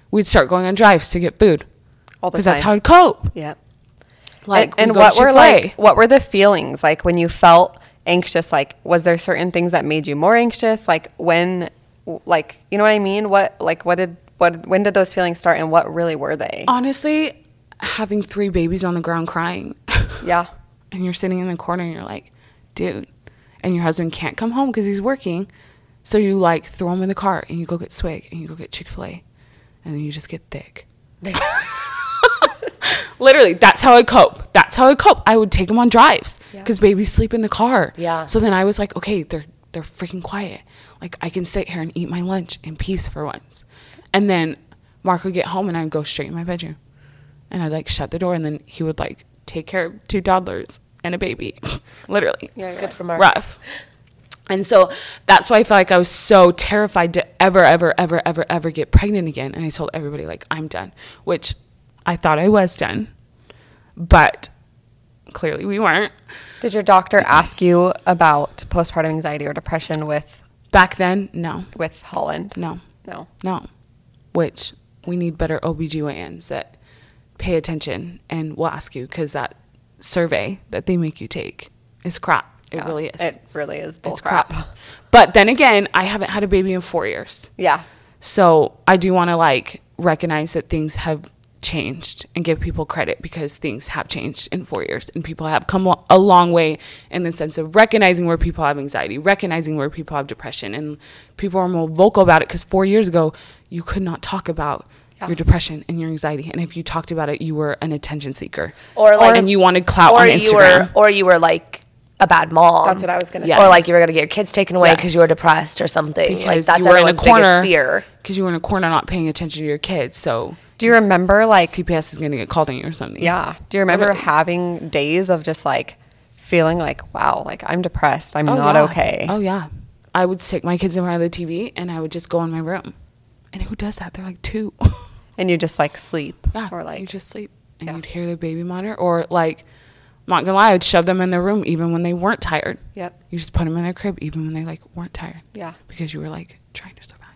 [SPEAKER 4] we'd start going on drives to get food
[SPEAKER 3] All the
[SPEAKER 4] because that's
[SPEAKER 3] time.
[SPEAKER 4] how I'd cope.
[SPEAKER 3] yeah
[SPEAKER 4] Like
[SPEAKER 3] and,
[SPEAKER 4] we'd
[SPEAKER 3] and
[SPEAKER 4] go
[SPEAKER 3] what
[SPEAKER 4] to
[SPEAKER 3] were
[SPEAKER 4] Chick-fil-A.
[SPEAKER 3] like what were the feelings like when you felt anxious like was there certain things that made you more anxious like when like you know what I mean what like what did what when did those feelings start and what really were they
[SPEAKER 4] honestly having three babies on the ground crying.
[SPEAKER 3] yeah
[SPEAKER 4] and you're sitting in the corner and you're like, dude, and your husband can't come home because he's working. So you like throw him in the car and you go get swig and you go get Chick fil A and then you just get thick. Literally, that's how I cope. That's how I cope. I would take them on drives because babies sleep in the car.
[SPEAKER 2] Yeah.
[SPEAKER 4] So then I was like, okay, they're they're freaking quiet. Like I can sit here and eat my lunch in peace for once. And then Mark would get home and I'd go straight in my bedroom and I'd like shut the door, and then he would like take care of two toddlers and a baby, literally.
[SPEAKER 3] Yeah, you're Good right.
[SPEAKER 2] for Mark.
[SPEAKER 4] Rough. And so that's why I felt like I was so terrified to ever, ever, ever, ever, ever get pregnant again. And I told everybody like I'm done, which I thought I was done, but clearly we weren't.
[SPEAKER 3] Did your doctor ask you about postpartum anxiety or depression with
[SPEAKER 4] Back then, no,
[SPEAKER 3] with Holland?
[SPEAKER 4] no,
[SPEAKER 3] No.
[SPEAKER 4] no. Which we need better OBGYNs that pay attention and will ask you because that survey that they make you take is crap. It
[SPEAKER 3] Yeah.
[SPEAKER 4] really is.
[SPEAKER 3] It really is bull
[SPEAKER 4] it's
[SPEAKER 3] crap.
[SPEAKER 4] crap. But then again, I haven't had a baby in four years.
[SPEAKER 3] Yeah.
[SPEAKER 4] So I do want to like recognize that things have changed and give people credit because things have changed in four years and people have come lo- a long way in the sense of recognizing where people have anxiety, recognizing where people have depression, and people are more vocal about it because four years ago, you could not talk about. Your depression and your anxiety, and if you talked about it, you were an attention seeker,
[SPEAKER 2] Or like
[SPEAKER 4] and you wanted clout
[SPEAKER 2] or
[SPEAKER 4] on
[SPEAKER 2] you were
[SPEAKER 4] Instagram,
[SPEAKER 2] or you were like a bad mom.
[SPEAKER 3] That's what I was gonna
[SPEAKER 2] Yeah.
[SPEAKER 3] say.
[SPEAKER 2] Or like you were gonna get your kids taken away because
[SPEAKER 4] Yes.
[SPEAKER 2] you were depressed or something. like
[SPEAKER 4] because
[SPEAKER 2] that's
[SPEAKER 4] you were in a
[SPEAKER 2] everyone's
[SPEAKER 4] corner
[SPEAKER 2] biggest fear.
[SPEAKER 4] because you were in a corner not paying attention to your kids. So
[SPEAKER 3] Do you remember like
[SPEAKER 4] CPS is going to get called on you or something.
[SPEAKER 3] yeah, do you remember
[SPEAKER 4] Literally.
[SPEAKER 3] having days of just like feeling like wow, like I'm depressed. I'm
[SPEAKER 4] Oh,
[SPEAKER 3] not
[SPEAKER 4] yeah.
[SPEAKER 3] okay.
[SPEAKER 4] Oh yeah, I would stick my kids in front of the TV and I would just go in my room. And who does that? They're like two.
[SPEAKER 3] And you just like sleep
[SPEAKER 4] yeah,
[SPEAKER 3] or like
[SPEAKER 4] you just sleep and
[SPEAKER 3] yeah.
[SPEAKER 4] you'd hear the baby monitor or like. I'm not gonna lie, I'd shove them in their room even when they weren't tired.
[SPEAKER 3] Yep.
[SPEAKER 4] You just put them in their crib even when they like weren't tired.
[SPEAKER 3] Yeah.
[SPEAKER 4] Because you were like trying to survive.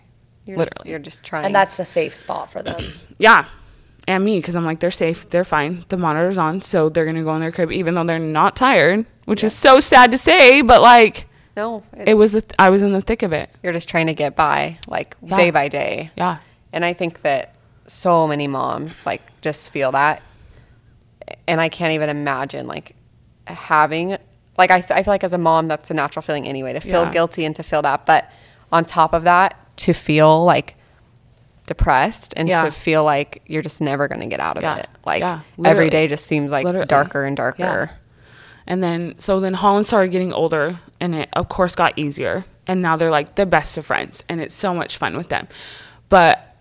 [SPEAKER 3] You're Just,
[SPEAKER 4] Literally.
[SPEAKER 3] you're just trying.
[SPEAKER 2] And that's the safe spot for them.
[SPEAKER 4] Yeah. And me, because I'm like, they're safe, they're fine, the monitor's on, so they're gonna go in their crib, even though they're not tired, which is so sad to say, but like,
[SPEAKER 3] no.
[SPEAKER 4] it was, the th- I was in the thick of it.
[SPEAKER 3] You're just trying to get by, like day by day.
[SPEAKER 4] Yeah.
[SPEAKER 3] And I think that so many moms like just feel that, and I can't even imagine like having like I, th- I feel like as a mom that's a natural feeling anyway to feel
[SPEAKER 4] Yeah.
[SPEAKER 3] guilty and to feel that, but on top of that to feel like depressed and
[SPEAKER 4] Yeah.
[SPEAKER 3] to feel like you're just never going to get out of
[SPEAKER 4] Yeah.
[SPEAKER 3] it. Like
[SPEAKER 4] Yeah.
[SPEAKER 3] every
[SPEAKER 4] Literally.
[SPEAKER 3] day just seems like
[SPEAKER 4] Literally.
[SPEAKER 3] darker and darker.
[SPEAKER 4] Yeah. And then, so then Holland started getting older, and it, of course, got easier. And now they're like the best of friends, and it's so much fun with them. But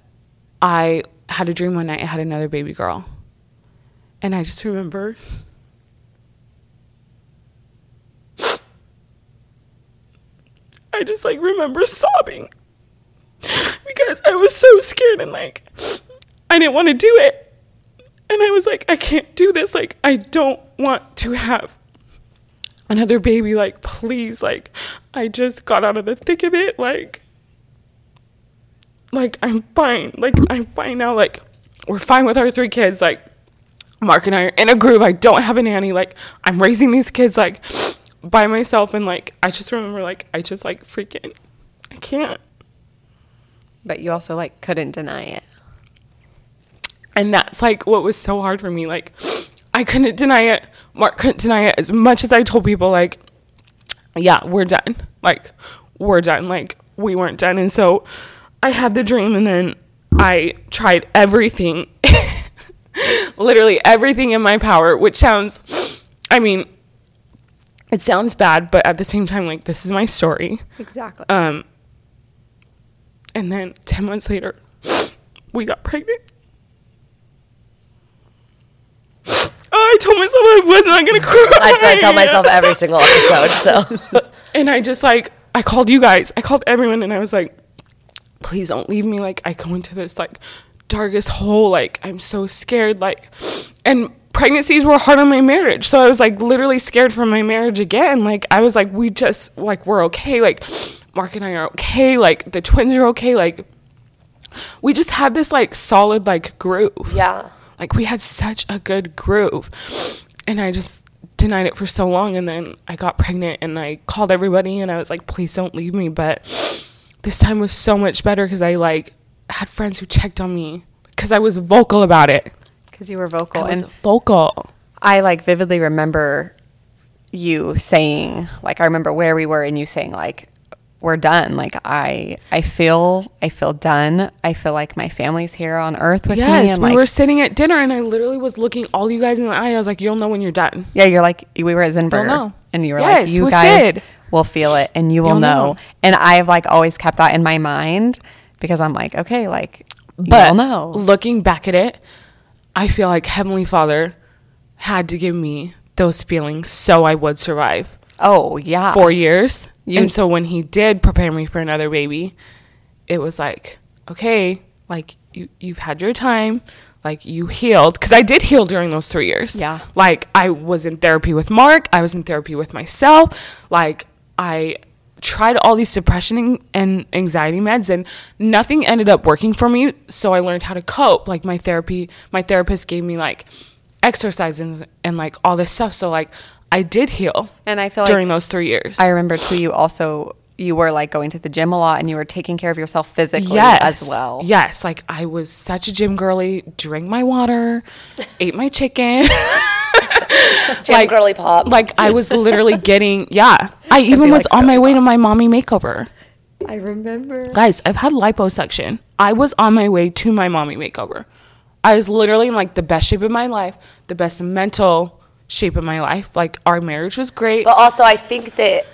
[SPEAKER 4] I had a dream one night, I had another baby girl. And I just remember I just like remember sobbing because I was so scared and like I didn't want to do it. And I was like, I can't do this. Like, I don't want to have another baby. Like, please, like, I just got out of the thick of it. Like, like I'm fine. Like I'm fine now. Like we're fine with our three kids. Like Mark and I are in a groove. I don't have a nanny. Like I'm raising these kids like by myself. And like I just remember like I just like freaking I can't.
[SPEAKER 3] But you also like couldn't deny it.
[SPEAKER 4] And that's like what was so hard for me. Like I couldn't deny it. Mark couldn't deny it as much as I told people like yeah, we're done. Like, we're done. Like, we weren't done. And so I had the dream, and then I tried everything, literally everything in my power, which sounds, I mean, it sounds bad, but at the same time, like, this is my story.
[SPEAKER 3] Exactly.
[SPEAKER 4] Um, and then 10 months later, we got pregnant. Oh, I told myself I was not going to cry.
[SPEAKER 2] That's what I tell myself every single episode. So
[SPEAKER 4] And I just like, I called you guys, I called everyone, and I was like, please don't leave me. Like, I go into this like darkest hole. Like, I'm so scared. Like, and pregnancies were hard on my marriage. So I was like literally scared for my marriage again. Like, I was like, we just, like, we're okay. Like, Mark and I are okay. Like, the twins are okay. Like, we just had this like solid like groove.
[SPEAKER 2] Yeah.
[SPEAKER 4] Like we had such a good groove. And I just denied it for so long and then I got pregnant and I called everybody and I was like please don't leave me but this time was so much better cuz I like had friends who checked on me cuz I was vocal about it.
[SPEAKER 3] Because you were vocal.
[SPEAKER 4] I was
[SPEAKER 3] Oh, and
[SPEAKER 4] vocal.
[SPEAKER 3] I like vividly remember you saying, like, I remember where we were and you saying, like, we're done. Like I, I feel, I feel done. I feel like my family's here on earth with me.
[SPEAKER 4] Yes,
[SPEAKER 3] and,
[SPEAKER 4] we
[SPEAKER 3] like-
[SPEAKER 4] were sitting at dinner and I literally was looking all you guys in the eye. I was like you'll know when you're done.
[SPEAKER 3] Yeah, you're like we were at Zinberger,
[SPEAKER 4] know.
[SPEAKER 3] and you were
[SPEAKER 4] Yes,
[SPEAKER 3] like, you
[SPEAKER 4] with
[SPEAKER 3] guys
[SPEAKER 4] Sid.
[SPEAKER 3] will feel it, and you will
[SPEAKER 4] You'll
[SPEAKER 3] know.
[SPEAKER 4] know.
[SPEAKER 3] And I've like always kept that in my mind because I'm like, okay, like
[SPEAKER 4] But
[SPEAKER 3] you'll know.
[SPEAKER 4] looking back at it, I feel like Heavenly Father had to give me those feelings so I would survive
[SPEAKER 3] Oh yeah,
[SPEAKER 4] four years.
[SPEAKER 3] You-
[SPEAKER 4] and so when he did prepare me for another baby, it was like, okay, like you, you've had your time. Like you healed, because I did heal during those three years.
[SPEAKER 3] Yeah.
[SPEAKER 4] Like I was in therapy with Mark. I was in therapy with myself. Like I tried all these depression and anxiety meds and nothing ended up working for me. So I learned how to cope. Like my therapy, my therapist gave me like exercise and, and like all this stuff. So like I did heal.
[SPEAKER 3] And I feel like
[SPEAKER 4] during those three years.
[SPEAKER 3] I remember too. You also you were like going to the gym a lot, and you were taking care of yourself physically Oh, as well.
[SPEAKER 4] Yes, like I was such a gym girly. Drank my water, ate my chicken.
[SPEAKER 2] Jim Girly Pop.
[SPEAKER 4] Like I was literally getting yeah. I even
[SPEAKER 3] feel
[SPEAKER 4] was
[SPEAKER 3] like
[SPEAKER 4] on
[SPEAKER 3] so.
[SPEAKER 4] my way to my mommy makeover.
[SPEAKER 3] I remember.
[SPEAKER 4] Guys, I've had liposuction. I was on my way to my mommy makeover. I was literally in like the best shape of my life, the best mental shape of my life. Like our marriage was great.
[SPEAKER 2] But also, I think that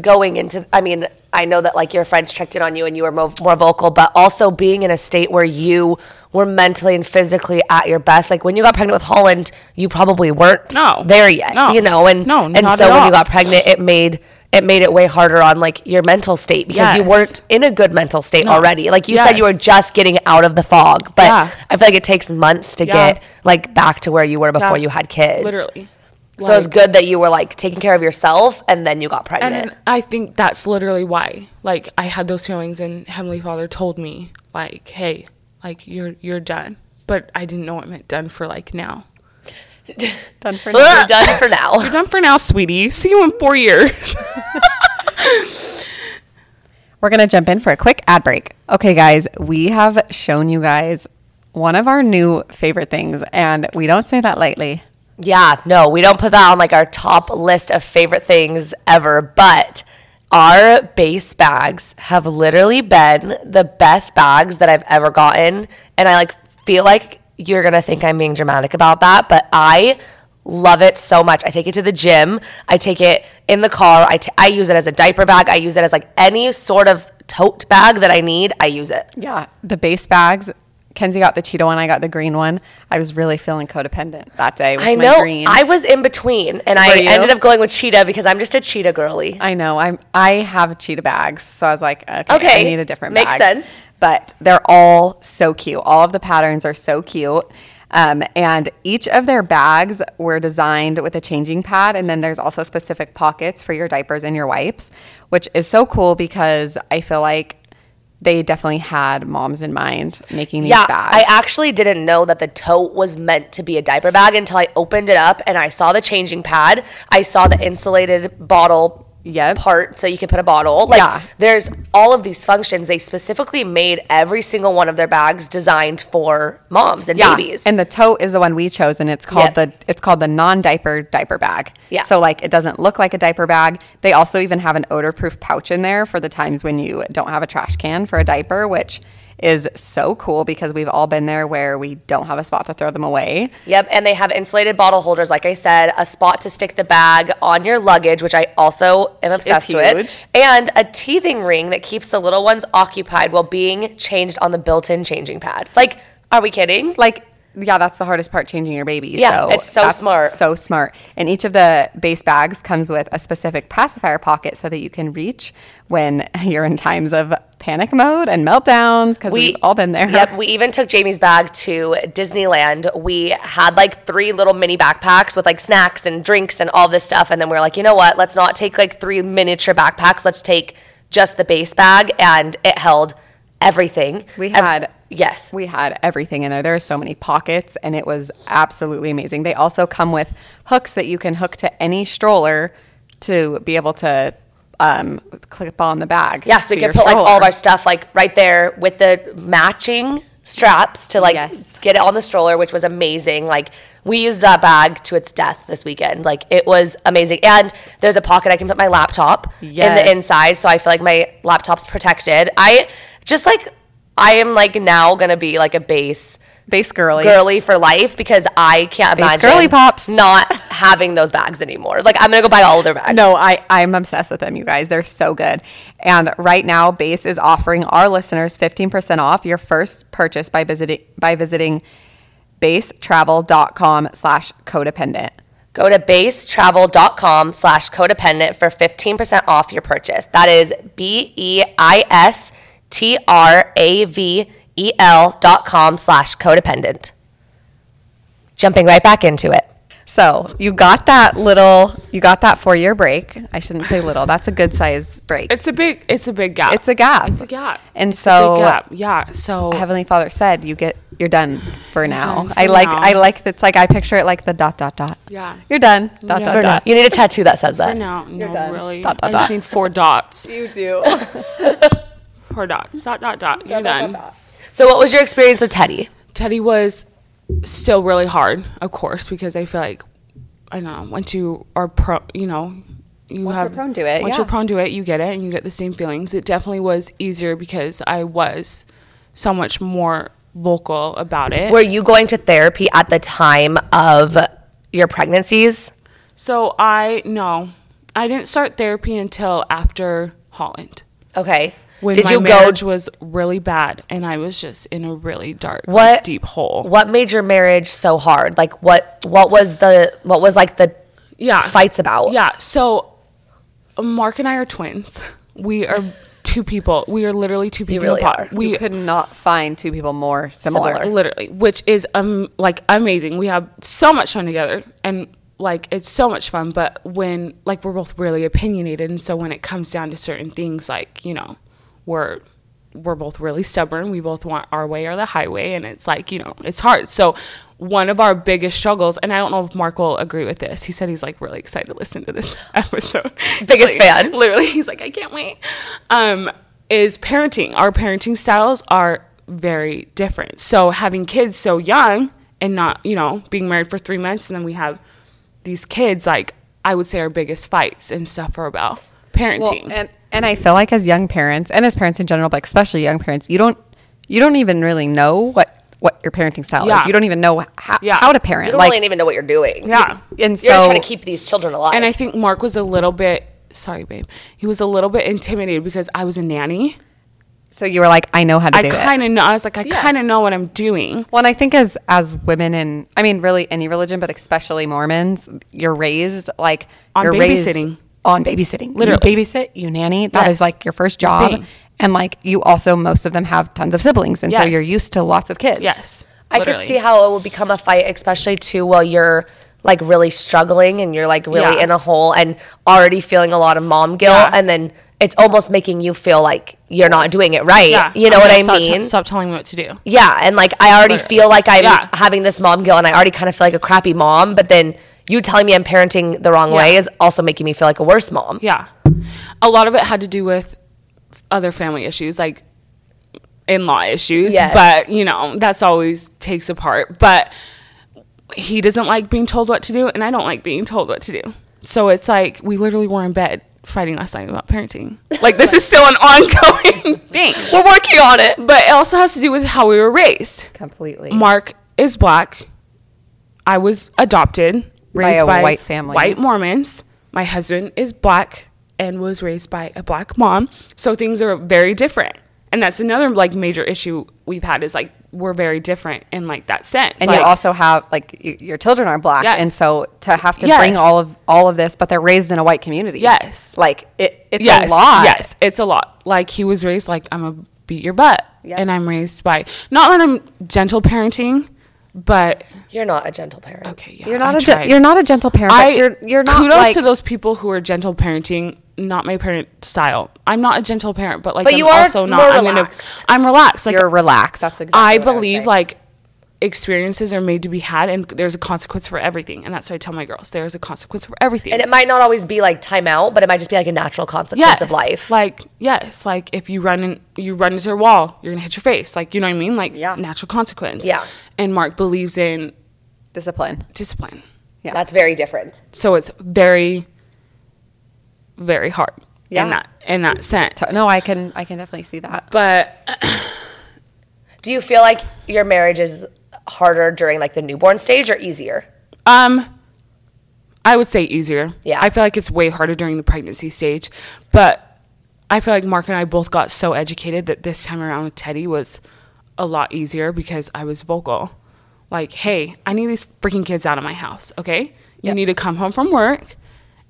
[SPEAKER 2] going into, I mean, I know that like your friends checked in on you and you were mo- more vocal, but also being in a state where you were mentally and physically at your best. Like when you got pregnant with Holland, you probably weren't
[SPEAKER 4] No.
[SPEAKER 2] there yet,
[SPEAKER 4] No.
[SPEAKER 2] you know, and
[SPEAKER 4] No,
[SPEAKER 2] and
[SPEAKER 4] not
[SPEAKER 2] so
[SPEAKER 4] at
[SPEAKER 2] when
[SPEAKER 4] all.
[SPEAKER 2] you got pregnant, it made it made it way harder on like your mental state because you
[SPEAKER 4] Yes.
[SPEAKER 2] weren't in a good mental state already. Like you said, you were
[SPEAKER 4] Yes.
[SPEAKER 2] just getting out of the fog, but
[SPEAKER 4] Yeah.
[SPEAKER 2] I feel like it takes months to
[SPEAKER 4] Yeah.
[SPEAKER 2] get like back to where you were before
[SPEAKER 4] Yeah.
[SPEAKER 2] you had kids.
[SPEAKER 4] Literally.
[SPEAKER 2] so it's good that you were like taking care of yourself and then you got pregnant.
[SPEAKER 4] And I think that's literally why. Like I had those feelings and Heavenly Father told me like, "Hey, like you're you're done." But I didn't know it meant done for like now.
[SPEAKER 3] Done for now.
[SPEAKER 2] You're done for now.
[SPEAKER 4] You're done for now, sweetie. See you in 4 years.
[SPEAKER 3] We're going to jump in for a quick ad break. Okay, guys, we have shown you guys one of our new favorite things, and we don't say that lightly.
[SPEAKER 2] Yeah, no, we don't put that on like our top list of favorite things ever, but our base bags have literally been the best bags that I've ever gotten. And I like feel like you're gonna think I'm being dramatic about that, but I love it so much. I take it to the gym, I take it in the car, I, t- I use it as a diaper bag, I use it as like any sort of tote bag that I need, I use it.
[SPEAKER 3] Yeah, the base bags. Kenzie got the Cheeto one, I got the green one. I was really feeling codependent that day with
[SPEAKER 2] I
[SPEAKER 3] my
[SPEAKER 2] know
[SPEAKER 3] green.
[SPEAKER 2] I was in between and
[SPEAKER 3] Were
[SPEAKER 2] I
[SPEAKER 3] you?
[SPEAKER 2] ended up going with cheetah because I'm just a cheetah girly.
[SPEAKER 3] I know. I'm. I have cheetah bags, so I was like, okay,
[SPEAKER 2] Okay,
[SPEAKER 3] I need a different.
[SPEAKER 2] makes
[SPEAKER 3] bag.
[SPEAKER 2] sense.
[SPEAKER 3] But they're all so cute. All of the patterns are so cute. Um, and each of their bags were designed with a changing pad, and then there's also specific pockets for your diapers and your wipes, which is so cool because I feel like they definitely had moms in mind making these
[SPEAKER 2] Yeah,
[SPEAKER 3] bags.
[SPEAKER 2] I actually didn't know that the tote was meant to be a diaper bag until I opened it up and I saw the changing pad. I saw the insulated bottle
[SPEAKER 3] Yep.
[SPEAKER 2] part so you can put a bottle. Like
[SPEAKER 3] Yeah.
[SPEAKER 2] there's all of these functions. They specifically made every single one of their bags designed for moms and babies.
[SPEAKER 3] And the tote is the one we chose, and it's called
[SPEAKER 2] Yeah.
[SPEAKER 3] the it's called the non-diaper diaper bag.
[SPEAKER 2] Yeah.
[SPEAKER 3] So like it doesn't look like a diaper bag. They also even have an odor-proof pouch in there for the times when you don't have a trash can for a diaper, which is so cool because we've all been there where we don't have a spot to throw them away.
[SPEAKER 2] Yep, and they have insulated bottle holders, like I said, a spot to stick the bag on your luggage, which I also am obsessed
[SPEAKER 3] huge.
[SPEAKER 2] with, and a teething ring that keeps the little ones occupied while being changed on the built-in changing pad. Like, are we kidding?
[SPEAKER 3] like yeah, that's the hardest part changing your baby.
[SPEAKER 2] Yeah,
[SPEAKER 3] so
[SPEAKER 2] it's so
[SPEAKER 3] that's
[SPEAKER 2] smart.
[SPEAKER 3] So smart. And each of the base bags comes with a specific pacifier pocket so that you can reach when you're in times of panic mode and meltdowns because we, have all been there.
[SPEAKER 2] Yep. We even took Jamie's bag to Disneyland. We had like three little mini backpacks with like snacks and drinks and all this stuff. And then we were like, you know what? Let's not take like three miniature backpacks. Let's take just the base bag. And it held everything.
[SPEAKER 3] We
[SPEAKER 2] Ev-
[SPEAKER 3] had-
[SPEAKER 2] yes.
[SPEAKER 3] We had everything in there. There are so many pockets, and it was absolutely amazing. They also come with hooks that you can hook to any stroller to be able to um, clip on the bag.
[SPEAKER 2] Yes, we
[SPEAKER 3] to
[SPEAKER 2] could
[SPEAKER 3] your
[SPEAKER 2] put like all of
[SPEAKER 3] stroller.
[SPEAKER 2] our stuff like right there with the matching straps to like
[SPEAKER 3] Yes.
[SPEAKER 2] get it on the stroller, which was amazing. Like we used that bag to its death this weekend. Like it was amazing. And there's a pocket I can put my laptop in
[SPEAKER 3] Yes.
[SPEAKER 2] the inside, so I feel like my laptop's protected. I just like I am like now gonna be like a base
[SPEAKER 3] base girly.
[SPEAKER 2] girly for life because I can't
[SPEAKER 3] Base
[SPEAKER 2] imagine
[SPEAKER 3] girly pops.
[SPEAKER 2] not having those bags anymore. Like I'm gonna go buy all of their bags.
[SPEAKER 3] No, I, I'm obsessed with them, you guys. They're so good. And right now, Base is offering our listeners 15% off your first purchase by visiting by visiting basetravel.com slash codependent.
[SPEAKER 2] Go to basetravel.com slash codependent for 15% off your purchase. That is B E I S T R A V E L dot com slash codependent. Jumping right back into it.
[SPEAKER 3] So you got that little you got that four year break. I shouldn't say little. That's a good size break.
[SPEAKER 4] it's a big it's a big gap.
[SPEAKER 3] It's a gap.
[SPEAKER 4] It's a gap.
[SPEAKER 3] And
[SPEAKER 4] It's a
[SPEAKER 3] so
[SPEAKER 4] big gap. Yeah. So
[SPEAKER 3] Heavenly Father said you get you're done for now.
[SPEAKER 4] done for
[SPEAKER 3] I like
[SPEAKER 4] now.
[SPEAKER 3] I like it's like I picture it like the dot dot dot.
[SPEAKER 4] Yeah.
[SPEAKER 3] You're done. Dot
[SPEAKER 4] Yeah.
[SPEAKER 3] dot
[SPEAKER 4] For
[SPEAKER 3] dot.
[SPEAKER 2] You need a tattoo that says that.
[SPEAKER 4] no, no, really.
[SPEAKER 3] Dot, dot,
[SPEAKER 4] I just
[SPEAKER 3] dot.
[SPEAKER 4] need four dots.
[SPEAKER 3] You do.
[SPEAKER 4] Four dots. Dot dot dot. You're done.
[SPEAKER 2] So, what was your experience with Teddy?
[SPEAKER 4] Teddy was still really hard, of course, because I feel like I don't know once you are pro, you know, you
[SPEAKER 3] Once you're
[SPEAKER 4] have
[SPEAKER 3] prone to it,
[SPEAKER 4] Once
[SPEAKER 3] yeah.
[SPEAKER 4] you're prone to it, you get it, and you get the same feelings. It definitely was easier because I was so much more vocal about it.
[SPEAKER 2] Were you going to therapy at the time of your pregnancies?
[SPEAKER 4] so I no, I didn't start therapy until after Holland.
[SPEAKER 2] Okay.
[SPEAKER 4] When
[SPEAKER 2] Did
[SPEAKER 4] my
[SPEAKER 2] you go?
[SPEAKER 4] marriage was really bad, and I was just in a really dark, like,
[SPEAKER 2] What
[SPEAKER 4] deep hole.
[SPEAKER 2] What made your marriage so hard? Like, what? What was the? What was like the?
[SPEAKER 4] yeah.
[SPEAKER 2] fights about.
[SPEAKER 4] Yeah. So Mark and I are twins. We are two people. We are literally two peas
[SPEAKER 2] really
[SPEAKER 4] in a pod.
[SPEAKER 2] are.
[SPEAKER 4] We
[SPEAKER 3] you could not find two people more similar.
[SPEAKER 4] literally, which is um like amazing. We have so much fun together, and like it's so much fun, but when like we're both really opinionated, and so when it comes down to certain things, like you know, we're we're both really stubborn. We both want our way or the highway, and it's like you know, it's hard. So one of our biggest struggles, and I don't know if Mark will agree with this. He said he's like really excited to listen to this episode. He's
[SPEAKER 2] Biggest
[SPEAKER 4] like-
[SPEAKER 2] fan.
[SPEAKER 4] literally. He's like, I can't wait. Um, is parenting. Our parenting styles are very different. So having kids so young and not, you know, being married for three months, and then we have these kids. Like I would say, our biggest fights and stuff are about parenting.
[SPEAKER 3] Well, and and I feel like as young parents and as parents in general, but especially young parents, you don't you don't even really know what what your parenting style
[SPEAKER 4] Yeah.
[SPEAKER 3] is. You don't even know how,
[SPEAKER 4] Yeah.
[SPEAKER 3] how to parent.
[SPEAKER 2] You don't
[SPEAKER 3] like
[SPEAKER 2] really even know what you're doing.
[SPEAKER 4] yeah.
[SPEAKER 3] and
[SPEAKER 2] You're just
[SPEAKER 3] so
[SPEAKER 2] trying to keep these children alive.
[SPEAKER 4] And I think Mark was a little bit sorry, babe. He was a little bit intimidated because I was a nanny.
[SPEAKER 3] so you were like, I know how to
[SPEAKER 4] I
[SPEAKER 3] do it.
[SPEAKER 4] kind of know. I was like, I kind of know what I'm doing.
[SPEAKER 3] Well, and I think as as women in, I mean, really any religion, but especially Mormons, you're raised like
[SPEAKER 4] On
[SPEAKER 3] you're
[SPEAKER 4] babysitting.
[SPEAKER 3] raised on babysitting.
[SPEAKER 4] Literally.
[SPEAKER 3] you babysit, you nanny. That is
[SPEAKER 4] Yes.
[SPEAKER 3] like your first
[SPEAKER 4] Your
[SPEAKER 3] job,
[SPEAKER 4] thing.
[SPEAKER 3] and like you also most of them have tons of siblings, and so
[SPEAKER 4] Yes.
[SPEAKER 3] you're used to lots of kids.
[SPEAKER 4] Yes.
[SPEAKER 2] I
[SPEAKER 4] Literally.
[SPEAKER 2] could see how it would become a fight, especially too while you're like really struggling and you're like really
[SPEAKER 4] Yeah.
[SPEAKER 2] in a hole and already feeling a lot of mom guilt,
[SPEAKER 4] Yeah.
[SPEAKER 2] and then it's almost making you feel like you're not doing it right.
[SPEAKER 4] Yeah.
[SPEAKER 2] You know
[SPEAKER 4] I'm
[SPEAKER 2] what
[SPEAKER 4] gonna
[SPEAKER 2] I
[SPEAKER 4] stop-
[SPEAKER 2] mean?
[SPEAKER 4] stop telling me what to do.
[SPEAKER 2] Yeah, and like I already feel like I'm
[SPEAKER 4] Yeah.
[SPEAKER 2] having this mom guilt, and I already kind of feel like a crappy mom. But then you telling me I'm parenting the wrong way
[SPEAKER 4] Yeah.
[SPEAKER 2] is also making me feel like a worse mom.
[SPEAKER 4] Yeah. A lot of it had to do with f- other family issues, like in law issues.
[SPEAKER 2] Yes.
[SPEAKER 4] But, you know, that's always takes apart. But he doesn't like being told what to do, and I don't like being told what to do. So it's like we literally were in bed fighting last night about parenting. Like, this is still an ongoing thing.
[SPEAKER 2] We're working on it.
[SPEAKER 4] But it also has to do with how we were raised.
[SPEAKER 3] completely.
[SPEAKER 4] Mark is black. I was adopted, raised
[SPEAKER 3] a white family.
[SPEAKER 4] white Mormons. My husband is black and was raised by a black mom. So things are very different. And that's another like major issue we've had is like we're very different in like that sense.
[SPEAKER 3] and
[SPEAKER 4] like,
[SPEAKER 3] you also have like y- your children are black,
[SPEAKER 4] Yes.
[SPEAKER 3] and so to have to bring
[SPEAKER 4] Yes.
[SPEAKER 3] all of all of this, but they're raised in a white community.
[SPEAKER 4] Yes.
[SPEAKER 3] like it, it's
[SPEAKER 4] yes,
[SPEAKER 3] a lot.
[SPEAKER 4] Yes, it's a lot. Like he was raised like I'm a beat your butt.
[SPEAKER 3] Yeah.
[SPEAKER 4] And I'm raised by not that I'm gentle parenting, but
[SPEAKER 2] You're not a gentle parent.
[SPEAKER 4] okay, yeah,
[SPEAKER 3] you're
[SPEAKER 4] I
[SPEAKER 3] not a
[SPEAKER 4] tried.
[SPEAKER 3] gen- you're not a gentle parent.
[SPEAKER 4] I,
[SPEAKER 3] but you're you're not
[SPEAKER 4] kudos
[SPEAKER 3] like,
[SPEAKER 4] to those people who are gentle parenting. Not my parent style. I'm not a gentle parent, but like,
[SPEAKER 2] But
[SPEAKER 4] I'm
[SPEAKER 2] you are
[SPEAKER 4] also not.
[SPEAKER 2] more
[SPEAKER 4] I'm, gonna-
[SPEAKER 2] relaxed.
[SPEAKER 4] I'm relaxed. Like
[SPEAKER 3] you're relaxed. That's exactly.
[SPEAKER 4] I
[SPEAKER 3] what would
[SPEAKER 4] believe
[SPEAKER 3] say.
[SPEAKER 4] like experiences are made to be had, and there's a consequence for everything. And that's what I tell my girls. There's a consequence for everything.
[SPEAKER 2] And it might not always be like time out, but it might just be like a natural consequence
[SPEAKER 4] yes,
[SPEAKER 2] of life.
[SPEAKER 4] Like yes, like if you run in, you run into a wall, you're gonna hit your face. Like you know what I mean? Like
[SPEAKER 3] Yeah.
[SPEAKER 4] natural consequence.
[SPEAKER 2] Yeah.
[SPEAKER 4] And Mark believes in
[SPEAKER 3] discipline.
[SPEAKER 4] discipline,
[SPEAKER 3] Yeah.
[SPEAKER 2] That's very different.
[SPEAKER 4] so it's very, very hard.
[SPEAKER 3] Yeah.
[SPEAKER 4] In that in that sense.
[SPEAKER 3] No, I can I can definitely see that.
[SPEAKER 4] but
[SPEAKER 2] Do you feel like your marriage is harder during like the newborn stage or easier?
[SPEAKER 4] um i would say easier
[SPEAKER 2] Yeah.
[SPEAKER 4] i feel like it's way harder during the pregnancy stage but i feel like mark and i both got so educated that this time around with teddy was a lot easier because i was vocal like hey i need these freaking kids out of my house okay you need to come home from work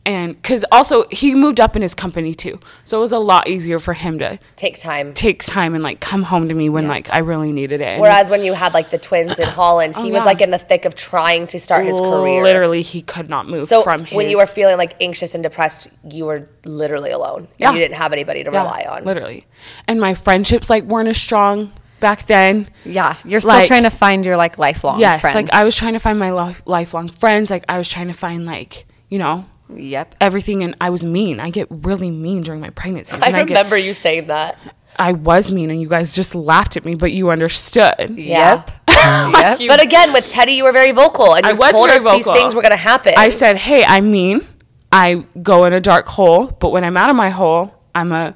[SPEAKER 4] and because also he moved up in his company too so it was a lot easier for him to
[SPEAKER 2] Take time.
[SPEAKER 4] take time and like come home to me when like i really needed it And
[SPEAKER 2] Whereas when you had like the twins in Holland, he was
[SPEAKER 4] Oh, yeah.
[SPEAKER 2] like in the thick of trying to start his career.
[SPEAKER 4] Literally, he could not move
[SPEAKER 2] So
[SPEAKER 4] from his.
[SPEAKER 2] when you were feeling like anxious and depressed, you were literally alone.
[SPEAKER 4] Yeah.
[SPEAKER 2] You didn't have anybody to
[SPEAKER 4] Yeah,
[SPEAKER 2] rely on.
[SPEAKER 4] literally, and my friendships like weren't as strong back then.
[SPEAKER 3] Yeah, you're still
[SPEAKER 4] Like-
[SPEAKER 3] trying to find your like lifelong
[SPEAKER 4] Yes,
[SPEAKER 3] friends.
[SPEAKER 4] like I was trying to find my life- lifelong friends. Like I was trying to find like you know
[SPEAKER 3] Yep.
[SPEAKER 4] everything, and I was mean. I get really mean during my pregnancy.
[SPEAKER 2] I
[SPEAKER 4] and get-
[SPEAKER 2] remember you saying that.
[SPEAKER 4] I was mean, and you guys just laughed at me, but you understood.
[SPEAKER 2] Yeah.
[SPEAKER 3] Yep.
[SPEAKER 2] But again, with Teddy, you were very vocal, and you
[SPEAKER 4] I was
[SPEAKER 2] told
[SPEAKER 4] very
[SPEAKER 2] us these
[SPEAKER 4] vocal.
[SPEAKER 2] things were going to happen.
[SPEAKER 4] I said, "Hey, I mean, I go in a dark hole, but when I'm out of my hole, I'm a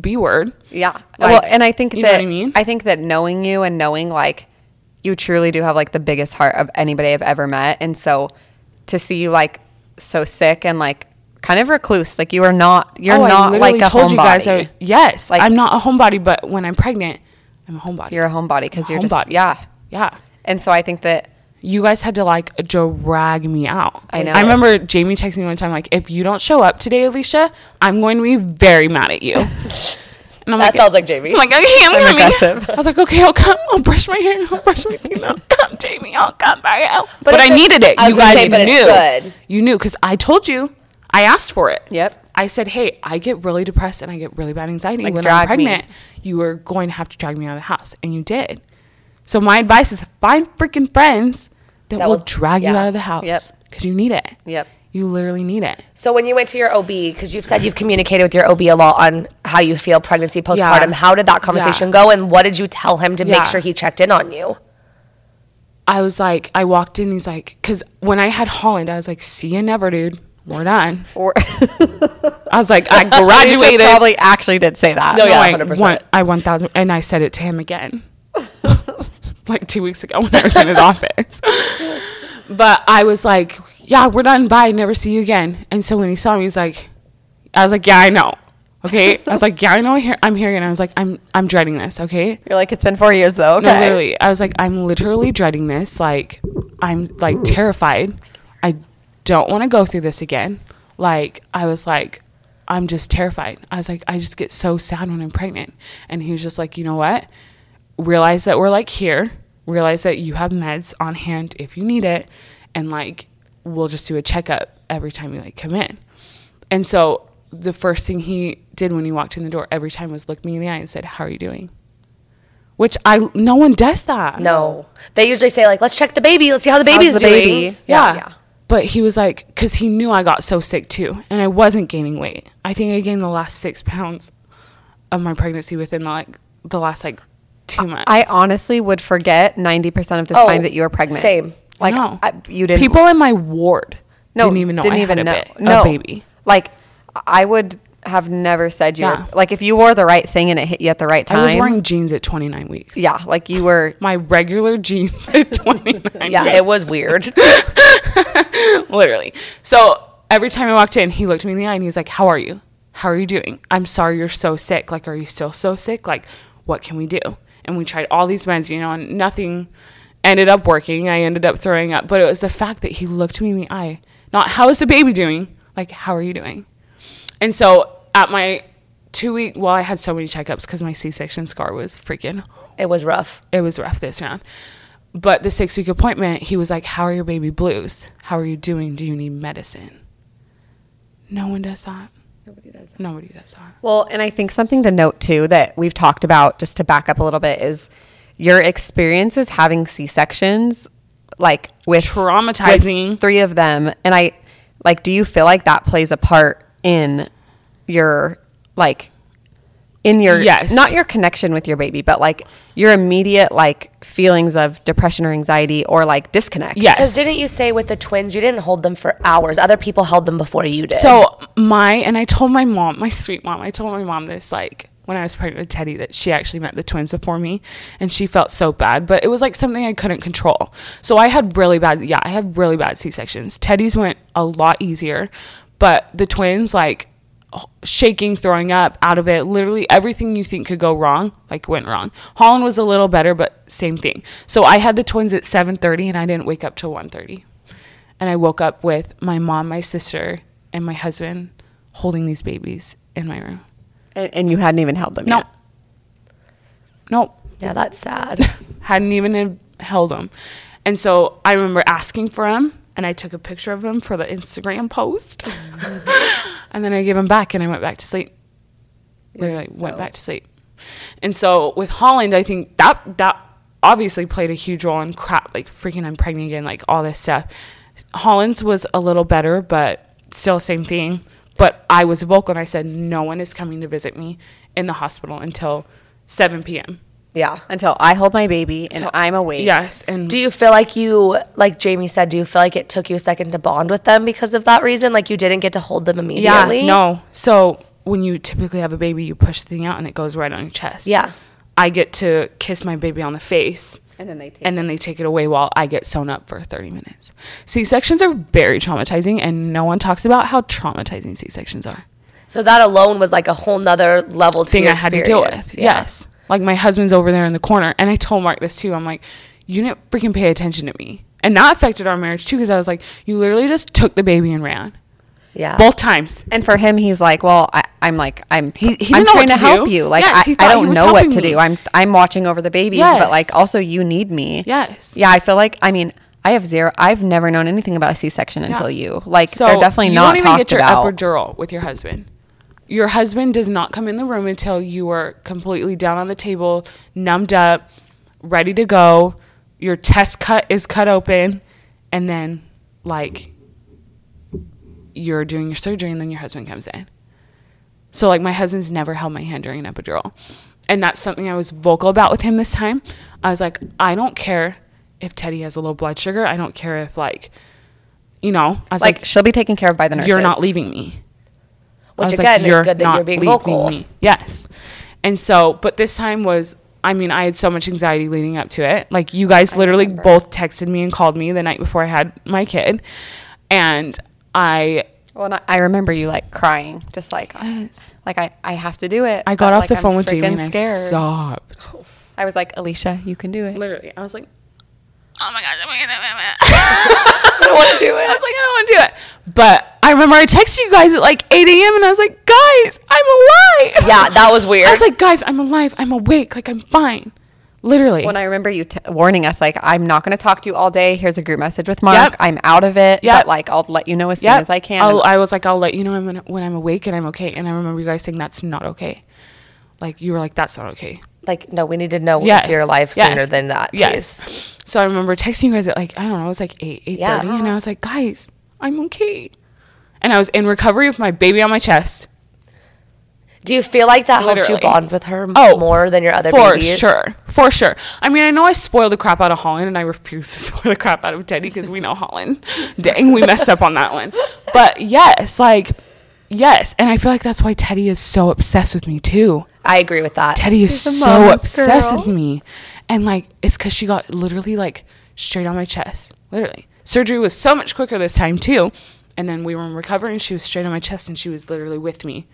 [SPEAKER 4] B word."
[SPEAKER 3] Yeah. well,
[SPEAKER 4] Like,
[SPEAKER 3] and I think
[SPEAKER 4] you know
[SPEAKER 3] that
[SPEAKER 4] what I mean?
[SPEAKER 3] think that knowing you and knowing like you truly do have like the biggest heart of anybody I've ever met, and so to see you like so sick and like kind of recluse, like you are not you're
[SPEAKER 4] Oh, I
[SPEAKER 3] not
[SPEAKER 4] literally
[SPEAKER 3] like a homebody.
[SPEAKER 4] I, yes,
[SPEAKER 3] Like-
[SPEAKER 4] I'm not a homebody, but when I'm pregnant, I'm a homebody.
[SPEAKER 3] you're a homebody because you're just
[SPEAKER 4] Homebody.
[SPEAKER 3] yeah.
[SPEAKER 4] yeah.
[SPEAKER 3] And so I think that
[SPEAKER 4] You guys had to like drag me out.
[SPEAKER 3] I know.
[SPEAKER 4] I remember Jamie texting me one time like, "If you don't show up today, Alicia, I'm going to be very mad at you." And I'm
[SPEAKER 2] That
[SPEAKER 4] like,
[SPEAKER 2] sounds like Jamie.
[SPEAKER 4] I'm like, okay, I'm, coming.
[SPEAKER 3] aggressive.
[SPEAKER 4] I was like, okay, I'll come. I'll brush my hair. I'll brush my teeth. I'll come, Jamie. I'll come by you. But,
[SPEAKER 2] it's
[SPEAKER 4] I
[SPEAKER 2] good-
[SPEAKER 4] needed it.
[SPEAKER 2] I was
[SPEAKER 4] you
[SPEAKER 2] gonna
[SPEAKER 4] guys
[SPEAKER 2] say, but it's
[SPEAKER 4] knew.
[SPEAKER 2] good.
[SPEAKER 4] You knew because I told you. I asked for it.
[SPEAKER 3] Yep.
[SPEAKER 4] I said, hey, I get really depressed and I get really bad anxiety
[SPEAKER 3] Like,
[SPEAKER 4] when I'm
[SPEAKER 3] drag me.
[SPEAKER 4] pregnant. You are going to have to drag me out of the house, and you did. So my advice is find freaking friends that,
[SPEAKER 2] That
[SPEAKER 4] will
[SPEAKER 2] will-
[SPEAKER 4] drag you
[SPEAKER 2] yeah.
[SPEAKER 4] out of the house
[SPEAKER 3] Yep.
[SPEAKER 4] because you need it.
[SPEAKER 3] Yep.
[SPEAKER 4] You literally need it.
[SPEAKER 2] So when you went to your OB, because you've said you've communicated with your OB a lot on how you feel pregnancy, postpartum, how did that conversation
[SPEAKER 4] Yeah.
[SPEAKER 2] go, and what did you tell him to
[SPEAKER 4] Yeah.
[SPEAKER 2] make sure he checked in on you?
[SPEAKER 4] I was like, I walked in. He's like, because when I had Holland, I was like, see you never, dude. We're done.
[SPEAKER 3] Or
[SPEAKER 4] I was like, I
[SPEAKER 3] Alicia
[SPEAKER 4] graduated.
[SPEAKER 3] probably oh, actually did say that.
[SPEAKER 2] No, yeah,
[SPEAKER 4] I
[SPEAKER 2] 100%.
[SPEAKER 4] One, I one thousand, and I said it to him again, like two weeks ago when I was in his office. But I was like, "Yeah, we're done. Bye. Never see you again." And so when he saw me, he's like, "I was like, yeah, I know." Okay, I was like, "Yeah, I know. I hear, I'm hearing it." And I was like, "I'm, I'm dreading this." Okay,
[SPEAKER 3] You're like, it's been four years though. Okay.
[SPEAKER 4] no, literally, I was like, "I'm literally dreading this. Like, I'm like terrified. I don't want to go through this again." Like, I was like, "I'm just terrified." I was like, "I just get so sad when I'm pregnant," and he was just like, "You know what? Realize that we're like here. Realize that you have meds on hand if you need it, and like, we'll just do a checkup every time you like come in." And so the first thing he did when he walked in the door every time was look me in the eye and said, "How are you doing?" Which I no one does that.
[SPEAKER 2] No, they usually say like, "Let's check the baby. Let's see how the baby's
[SPEAKER 3] the
[SPEAKER 2] doing."
[SPEAKER 3] baby?
[SPEAKER 4] Yeah. But he was like, because he knew I got so sick too, and I wasn't gaining weight. I think I gained the last six pounds of my pregnancy within like the last like two months.
[SPEAKER 3] I honestly would forget 90% of the
[SPEAKER 2] Oh,
[SPEAKER 3] time that you were pregnant.
[SPEAKER 2] same.
[SPEAKER 3] Like,
[SPEAKER 4] No.
[SPEAKER 3] I, you didn't.
[SPEAKER 4] People in my ward didn't even know I had a, ba- a baby.
[SPEAKER 3] Like, I would have never said you
[SPEAKER 4] Yeah.
[SPEAKER 3] were, like, if you wore the right thing and it hit you at the right time.
[SPEAKER 4] I was wearing jeans at 29 weeks.
[SPEAKER 3] yeah, like you were.
[SPEAKER 4] My regular jeans at 29
[SPEAKER 2] Yeah,
[SPEAKER 4] weeks.
[SPEAKER 2] it was weird.
[SPEAKER 4] literally. So every time I walked in, he looked me in the eye and he's like, "How are you? How are you doing? I'm sorry you're so sick. Like, are you still so sick? Like, what can we do?" And we tried all these meds, you know, and nothing ended up working. I ended up throwing up, but it was the fact that he looked me in the eye, not "How is the baby doing?" Like, "How are you doing?" And so at my two week, well, I had so many checkups because my C-section scar was freaking
[SPEAKER 2] it was rough.
[SPEAKER 4] it was rough this round. But the six week appointment, he was like, How are your baby blues? How are you doing? Do you need medicine? No one does that. Nobody does that. Nobody does that.
[SPEAKER 3] Well, and I think something to note too that we've talked about, just to back up a little bit, is your experiences having C sections, like with
[SPEAKER 4] Traumatizing.
[SPEAKER 3] with three of them, and I like. Do you feel like that plays a part in your like in your
[SPEAKER 4] Yes.
[SPEAKER 3] not your connection with your baby, but like your immediate like feelings of depression or anxiety or like disconnect?
[SPEAKER 2] Because
[SPEAKER 4] Yes.
[SPEAKER 2] didn't you say with the twins, you didn't hold them for hours? Other people held them before you did.
[SPEAKER 4] So my and I told my mom, my sweet mom, I told my mom this like when I was pregnant with Teddy that she actually met the twins before me and she felt so bad, but it was like something I couldn't control. So I had really bad yeah, I had really bad C-sections. Teddy's went a lot easier, but the twins like shaking, throwing up, out of it, literally everything you think could go wrong, like went wrong. Holland was a little better, but same thing. So I had the twins at 7:30 and I didn't wake up till 1:30. And I woke up with my mom, my sister, and my husband holding these babies in my room.
[SPEAKER 3] and, and you hadn't even held them.
[SPEAKER 4] No.
[SPEAKER 3] yet.
[SPEAKER 4] Nope.
[SPEAKER 2] yeah, that's sad.
[SPEAKER 4] Hadn't even held them. And so I remember asking for them and I took a picture of them for the Instagram post. and then I gave them back and I went back to sleep. Literally went back to sleep. And so with Holland, I think that that obviously played a huge role in crap, like freaking I'm pregnant again, like all this stuff. Holland's was a little better, but still same thing. But I was vocal and I said no one is coming to visit me in the hospital until 7 p.m.
[SPEAKER 2] yeah.
[SPEAKER 3] Until I hold my baby and I'm awake.
[SPEAKER 4] Yes, and
[SPEAKER 2] Do you feel like you, like Jamie said, do you feel like it took you a second to bond with them because of that reason? Like you didn't get to hold them immediately?
[SPEAKER 4] Yeah, no. So when you typically have a baby, you push the thing out and it goes right on your chest.
[SPEAKER 2] Yeah.
[SPEAKER 4] I get to kiss my baby on the face.
[SPEAKER 3] And then they take
[SPEAKER 4] and then they take it away while I get sewn up for 30 minutes. C sections are very traumatizing, and no one talks about how traumatizing C sections are.
[SPEAKER 2] So that alone was like a whole nother level to
[SPEAKER 4] thing
[SPEAKER 2] your
[SPEAKER 4] I had to deal
[SPEAKER 2] experience.
[SPEAKER 4] with. Yes. Like my husband's over there in the corner. And I told Mark this too. I'm like, you didn't freaking pay attention to me. And that affected our marriage too, because I was like, you literally just took the baby and ran.
[SPEAKER 2] Yeah.
[SPEAKER 4] Both times.
[SPEAKER 3] And for him, he's like, well, I, I'm like, I'm,
[SPEAKER 4] he
[SPEAKER 3] I'm
[SPEAKER 4] didn't know
[SPEAKER 3] trying
[SPEAKER 4] what
[SPEAKER 3] to,
[SPEAKER 4] to
[SPEAKER 3] help
[SPEAKER 4] do.
[SPEAKER 3] you. Like,
[SPEAKER 4] Yes, he
[SPEAKER 3] I,
[SPEAKER 4] thought
[SPEAKER 3] I
[SPEAKER 4] he
[SPEAKER 3] don't
[SPEAKER 4] was
[SPEAKER 3] know what
[SPEAKER 4] helping
[SPEAKER 3] to do.
[SPEAKER 4] me.
[SPEAKER 3] I'm, I'm watching over the babies,
[SPEAKER 4] Yes.
[SPEAKER 3] but like, also you need me.
[SPEAKER 4] Yes.
[SPEAKER 3] Yeah. I feel like, I mean, I have zero, I've never known anything about a C-section until you. Like,
[SPEAKER 4] Ah, So
[SPEAKER 3] they're definitely
[SPEAKER 4] you
[SPEAKER 3] not
[SPEAKER 4] don't even
[SPEAKER 3] talked
[SPEAKER 4] get your
[SPEAKER 3] about.
[SPEAKER 4] epidural with your husband. Your husband does not come in the room until you are completely down on the table, numbed up, ready to go. Your test cut is cut open, and then like you're doing your surgery, and then your husband comes in. So like my husband's never held my hand during an epidural. And that's something I was vocal about with him this time. I was like, I don't care if Teddy has a low blood sugar. I don't care if like you know, I was
[SPEAKER 3] like,
[SPEAKER 4] like,
[SPEAKER 3] she'll be taken care of by the nurses.
[SPEAKER 4] you're not leaving me. I
[SPEAKER 2] Which
[SPEAKER 4] was
[SPEAKER 2] again
[SPEAKER 4] like,
[SPEAKER 2] is good that you're
[SPEAKER 4] not
[SPEAKER 2] being
[SPEAKER 4] leaving
[SPEAKER 2] vocal.
[SPEAKER 4] Yes. And so, but this time was, I mean, I had so much anxiety leading up to it. Like, you guys literally both texted me and called me the night before I had my kid. And I,
[SPEAKER 3] Well, not, I remember you like crying, just like, like I, I have to do it.
[SPEAKER 4] I got
[SPEAKER 3] but,
[SPEAKER 4] off
[SPEAKER 3] like,
[SPEAKER 4] the
[SPEAKER 3] I'm
[SPEAKER 4] phone with Jamie
[SPEAKER 3] freaking
[SPEAKER 4] and I
[SPEAKER 3] scared.
[SPEAKER 4] sobbed.
[SPEAKER 3] I was like, Alicia, you can do it.
[SPEAKER 4] Literally, I was like, oh my gosh, I'm gonna, I don't want to do it. I was like, I don't want to do it. But I remember I texted you guys at like 8 a.m. and I was like, guys, I'm alive.
[SPEAKER 2] Yeah, that was weird.
[SPEAKER 4] I was like, guys, I'm alive. I'm awake. Like, I'm fine. Literally.
[SPEAKER 3] When I remember you t- warning us, like, I'm not going to talk to you all day. Here's a group message with Mark.
[SPEAKER 4] Yep.
[SPEAKER 3] I'm out of it.
[SPEAKER 4] Yep.
[SPEAKER 3] But like, I'll let you know as soon
[SPEAKER 4] Yep.
[SPEAKER 3] as I can.
[SPEAKER 4] I'll, I was like, I'll let you know I'm gonna- when I'm awake and I'm okay. And I remember you guys saying, that's not okay. Like, you were like, that's not okay.
[SPEAKER 2] like no, we need to know
[SPEAKER 4] Yes.
[SPEAKER 2] if your life
[SPEAKER 4] Yes.
[SPEAKER 2] sooner than that.
[SPEAKER 4] Yes.
[SPEAKER 2] please.
[SPEAKER 4] So I remember texting you guys at like I don't know, it was like eight eight thirty,
[SPEAKER 2] Yeah.
[SPEAKER 4] and I was like, guys, I'm okay. And I was in recovery with my baby on my chest.
[SPEAKER 2] Do you feel like that helped
[SPEAKER 4] Literally. Oh,
[SPEAKER 2] you bond with her more than your other
[SPEAKER 4] for
[SPEAKER 2] babies?
[SPEAKER 4] sure, for sure. I mean, I know I spoiled the crap out of Holland, and I refuse to spoil the crap out of Teddy because we know Holland. Dang, we messed up on that one. But yes, like yes, and I feel like that's why Teddy is so obsessed with me too.
[SPEAKER 2] I agree with that.
[SPEAKER 4] Teddy is
[SPEAKER 3] a
[SPEAKER 4] so
[SPEAKER 3] mama's
[SPEAKER 4] obsessed
[SPEAKER 3] girl.
[SPEAKER 4] with me. And like, it's because she got literally like straight on my chest. Literally. Surgery was so much quicker this time, too. And then we were in recovery and she was straight on my chest and she was literally with me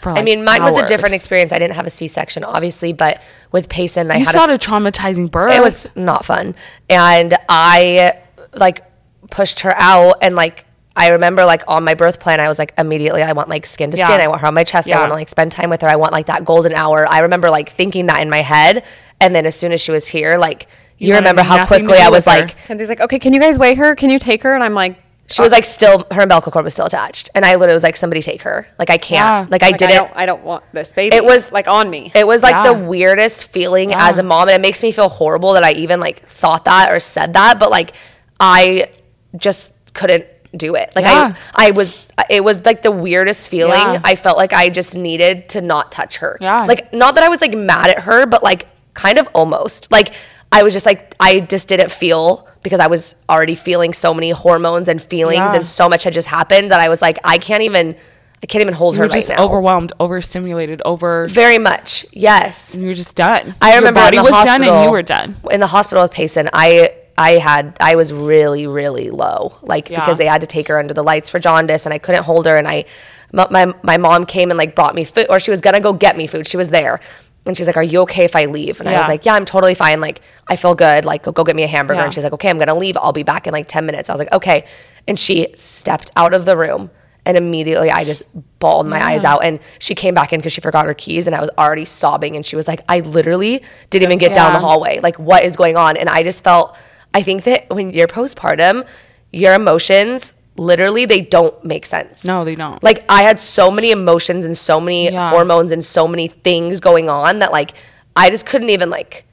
[SPEAKER 4] for like
[SPEAKER 2] I mean, mine was a different
[SPEAKER 4] hours.
[SPEAKER 2] experience. I didn't have a C-section, obviously, but with Payson, I
[SPEAKER 4] You
[SPEAKER 2] had
[SPEAKER 4] saw
[SPEAKER 2] a
[SPEAKER 4] a traumatizing birth.
[SPEAKER 2] it was not fun and i like pushed her out and like i remember like on my birth plan i was like immediately i want like skin to
[SPEAKER 4] Yeah.
[SPEAKER 2] skin i want her on my chest i
[SPEAKER 4] Yeah.
[SPEAKER 2] want to like spend time with her i want like that golden hour i remember like thinking that in my head and then as soon as she was here like you,
[SPEAKER 4] wanted
[SPEAKER 2] remember how
[SPEAKER 4] nothing to
[SPEAKER 2] quickly
[SPEAKER 4] do
[SPEAKER 2] i
[SPEAKER 4] with
[SPEAKER 2] was
[SPEAKER 4] her.
[SPEAKER 2] like
[SPEAKER 3] and he's like, okay, can you guys weigh her? Can you take her? And I'm like,
[SPEAKER 2] she
[SPEAKER 4] Uh.
[SPEAKER 2] was like still her umbilical cord was still attached and i literally was like somebody take her like i can't
[SPEAKER 4] Yeah.
[SPEAKER 2] like i
[SPEAKER 3] like, I
[SPEAKER 2] didn't
[SPEAKER 3] don't, I don't want this baby.
[SPEAKER 2] It was-
[SPEAKER 3] like on me.
[SPEAKER 2] It was like the
[SPEAKER 4] Yeah.
[SPEAKER 2] weirdest feeling as a mom, and it makes me feel horrible that I even like thought that or said that. But like, I just couldn't do it. Like
[SPEAKER 4] Yeah.
[SPEAKER 2] I, I was. It was like the weirdest feeling.
[SPEAKER 4] Yeah.
[SPEAKER 2] I felt like I just needed to not touch her.
[SPEAKER 4] Yeah.
[SPEAKER 2] Like not that I was like mad at her, but like kind of almost like. I was just like I just didn't feel because I was already feeling so many hormones and feelings
[SPEAKER 4] Yeah.
[SPEAKER 2] and so much had just happened that I was like I can't even I can't even hold
[SPEAKER 4] You
[SPEAKER 2] her
[SPEAKER 4] were
[SPEAKER 2] right
[SPEAKER 4] just
[SPEAKER 2] now.
[SPEAKER 4] overwhelmed, overstimulated, over.
[SPEAKER 2] Very much. Yes.
[SPEAKER 4] You were just done.
[SPEAKER 2] I remember
[SPEAKER 4] Your body
[SPEAKER 2] in the
[SPEAKER 4] was
[SPEAKER 2] hospital,
[SPEAKER 4] done and you were done.
[SPEAKER 2] In the hospital with Payson, I I had I was really really low, like
[SPEAKER 4] Yeah.
[SPEAKER 2] because they had to take her under the lights for jaundice, and I couldn't hold her, and I my my, my mom came and like brought me food, or she was gonna go get me food. She was there. And she's like, "Are you okay if I leave?" And I was
[SPEAKER 4] Yeah.
[SPEAKER 2] like, "Yeah, I'm totally fine. Like, I feel good. Like, go, go get me a hamburger."
[SPEAKER 4] Yeah.
[SPEAKER 2] And she's like, "Okay, I'm gonna leave. I'll be back in like ten minutes." I was like, "Okay." And she stepped out of the room, and immediately I just bawled my
[SPEAKER 4] Mm.
[SPEAKER 2] eyes out. And she came back in because she forgot her keys, and I was already sobbing. And she was like, "I literally didn't even get down the
[SPEAKER 4] Yeah.
[SPEAKER 2] hallway. Like, what is going on?" And I just felt. I think that when you're postpartum, your emotions literally they don't make sense.
[SPEAKER 4] No, they don't.
[SPEAKER 2] Like I had so many emotions and so many
[SPEAKER 4] Yeah.
[SPEAKER 2] hormones and so many things going on that like I just couldn't even like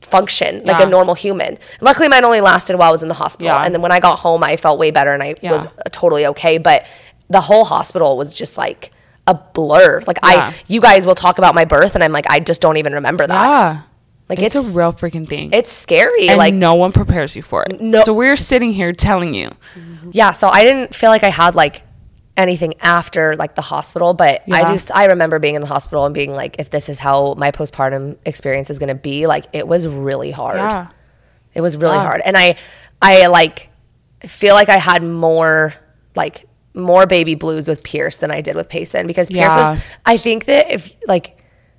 [SPEAKER 2] function like
[SPEAKER 4] Yeah.
[SPEAKER 2] a normal human. Luckily mine only lasted while I was in the hospital
[SPEAKER 4] Yeah.
[SPEAKER 2] and then when I got home I felt way better and I was uh,
[SPEAKER 4] Yeah.
[SPEAKER 2] totally okay but the whole hospital was just like a blur. Like
[SPEAKER 4] Yeah.
[SPEAKER 2] I you guys will talk about my birth and I'm like I just don't even remember that.
[SPEAKER 4] Yeah.
[SPEAKER 2] Like
[SPEAKER 4] it's,
[SPEAKER 2] it's
[SPEAKER 4] a real freaking thing.
[SPEAKER 2] it's scary
[SPEAKER 4] and
[SPEAKER 2] like
[SPEAKER 4] no one prepares you for it.
[SPEAKER 2] No-
[SPEAKER 4] So we're sitting here telling you.
[SPEAKER 2] yeah so i didn't feel like i had like anything after like the hospital but i
[SPEAKER 4] Yeah.
[SPEAKER 2] just i remember being in the hospital and being like if this is how my postpartum experience is going to be like it was really hard
[SPEAKER 4] Yeah.
[SPEAKER 2] it was really hard and i i like feel like i had more like more baby blues with pierce than i did with payson because pierce
[SPEAKER 4] Yeah.
[SPEAKER 2] was i think that if like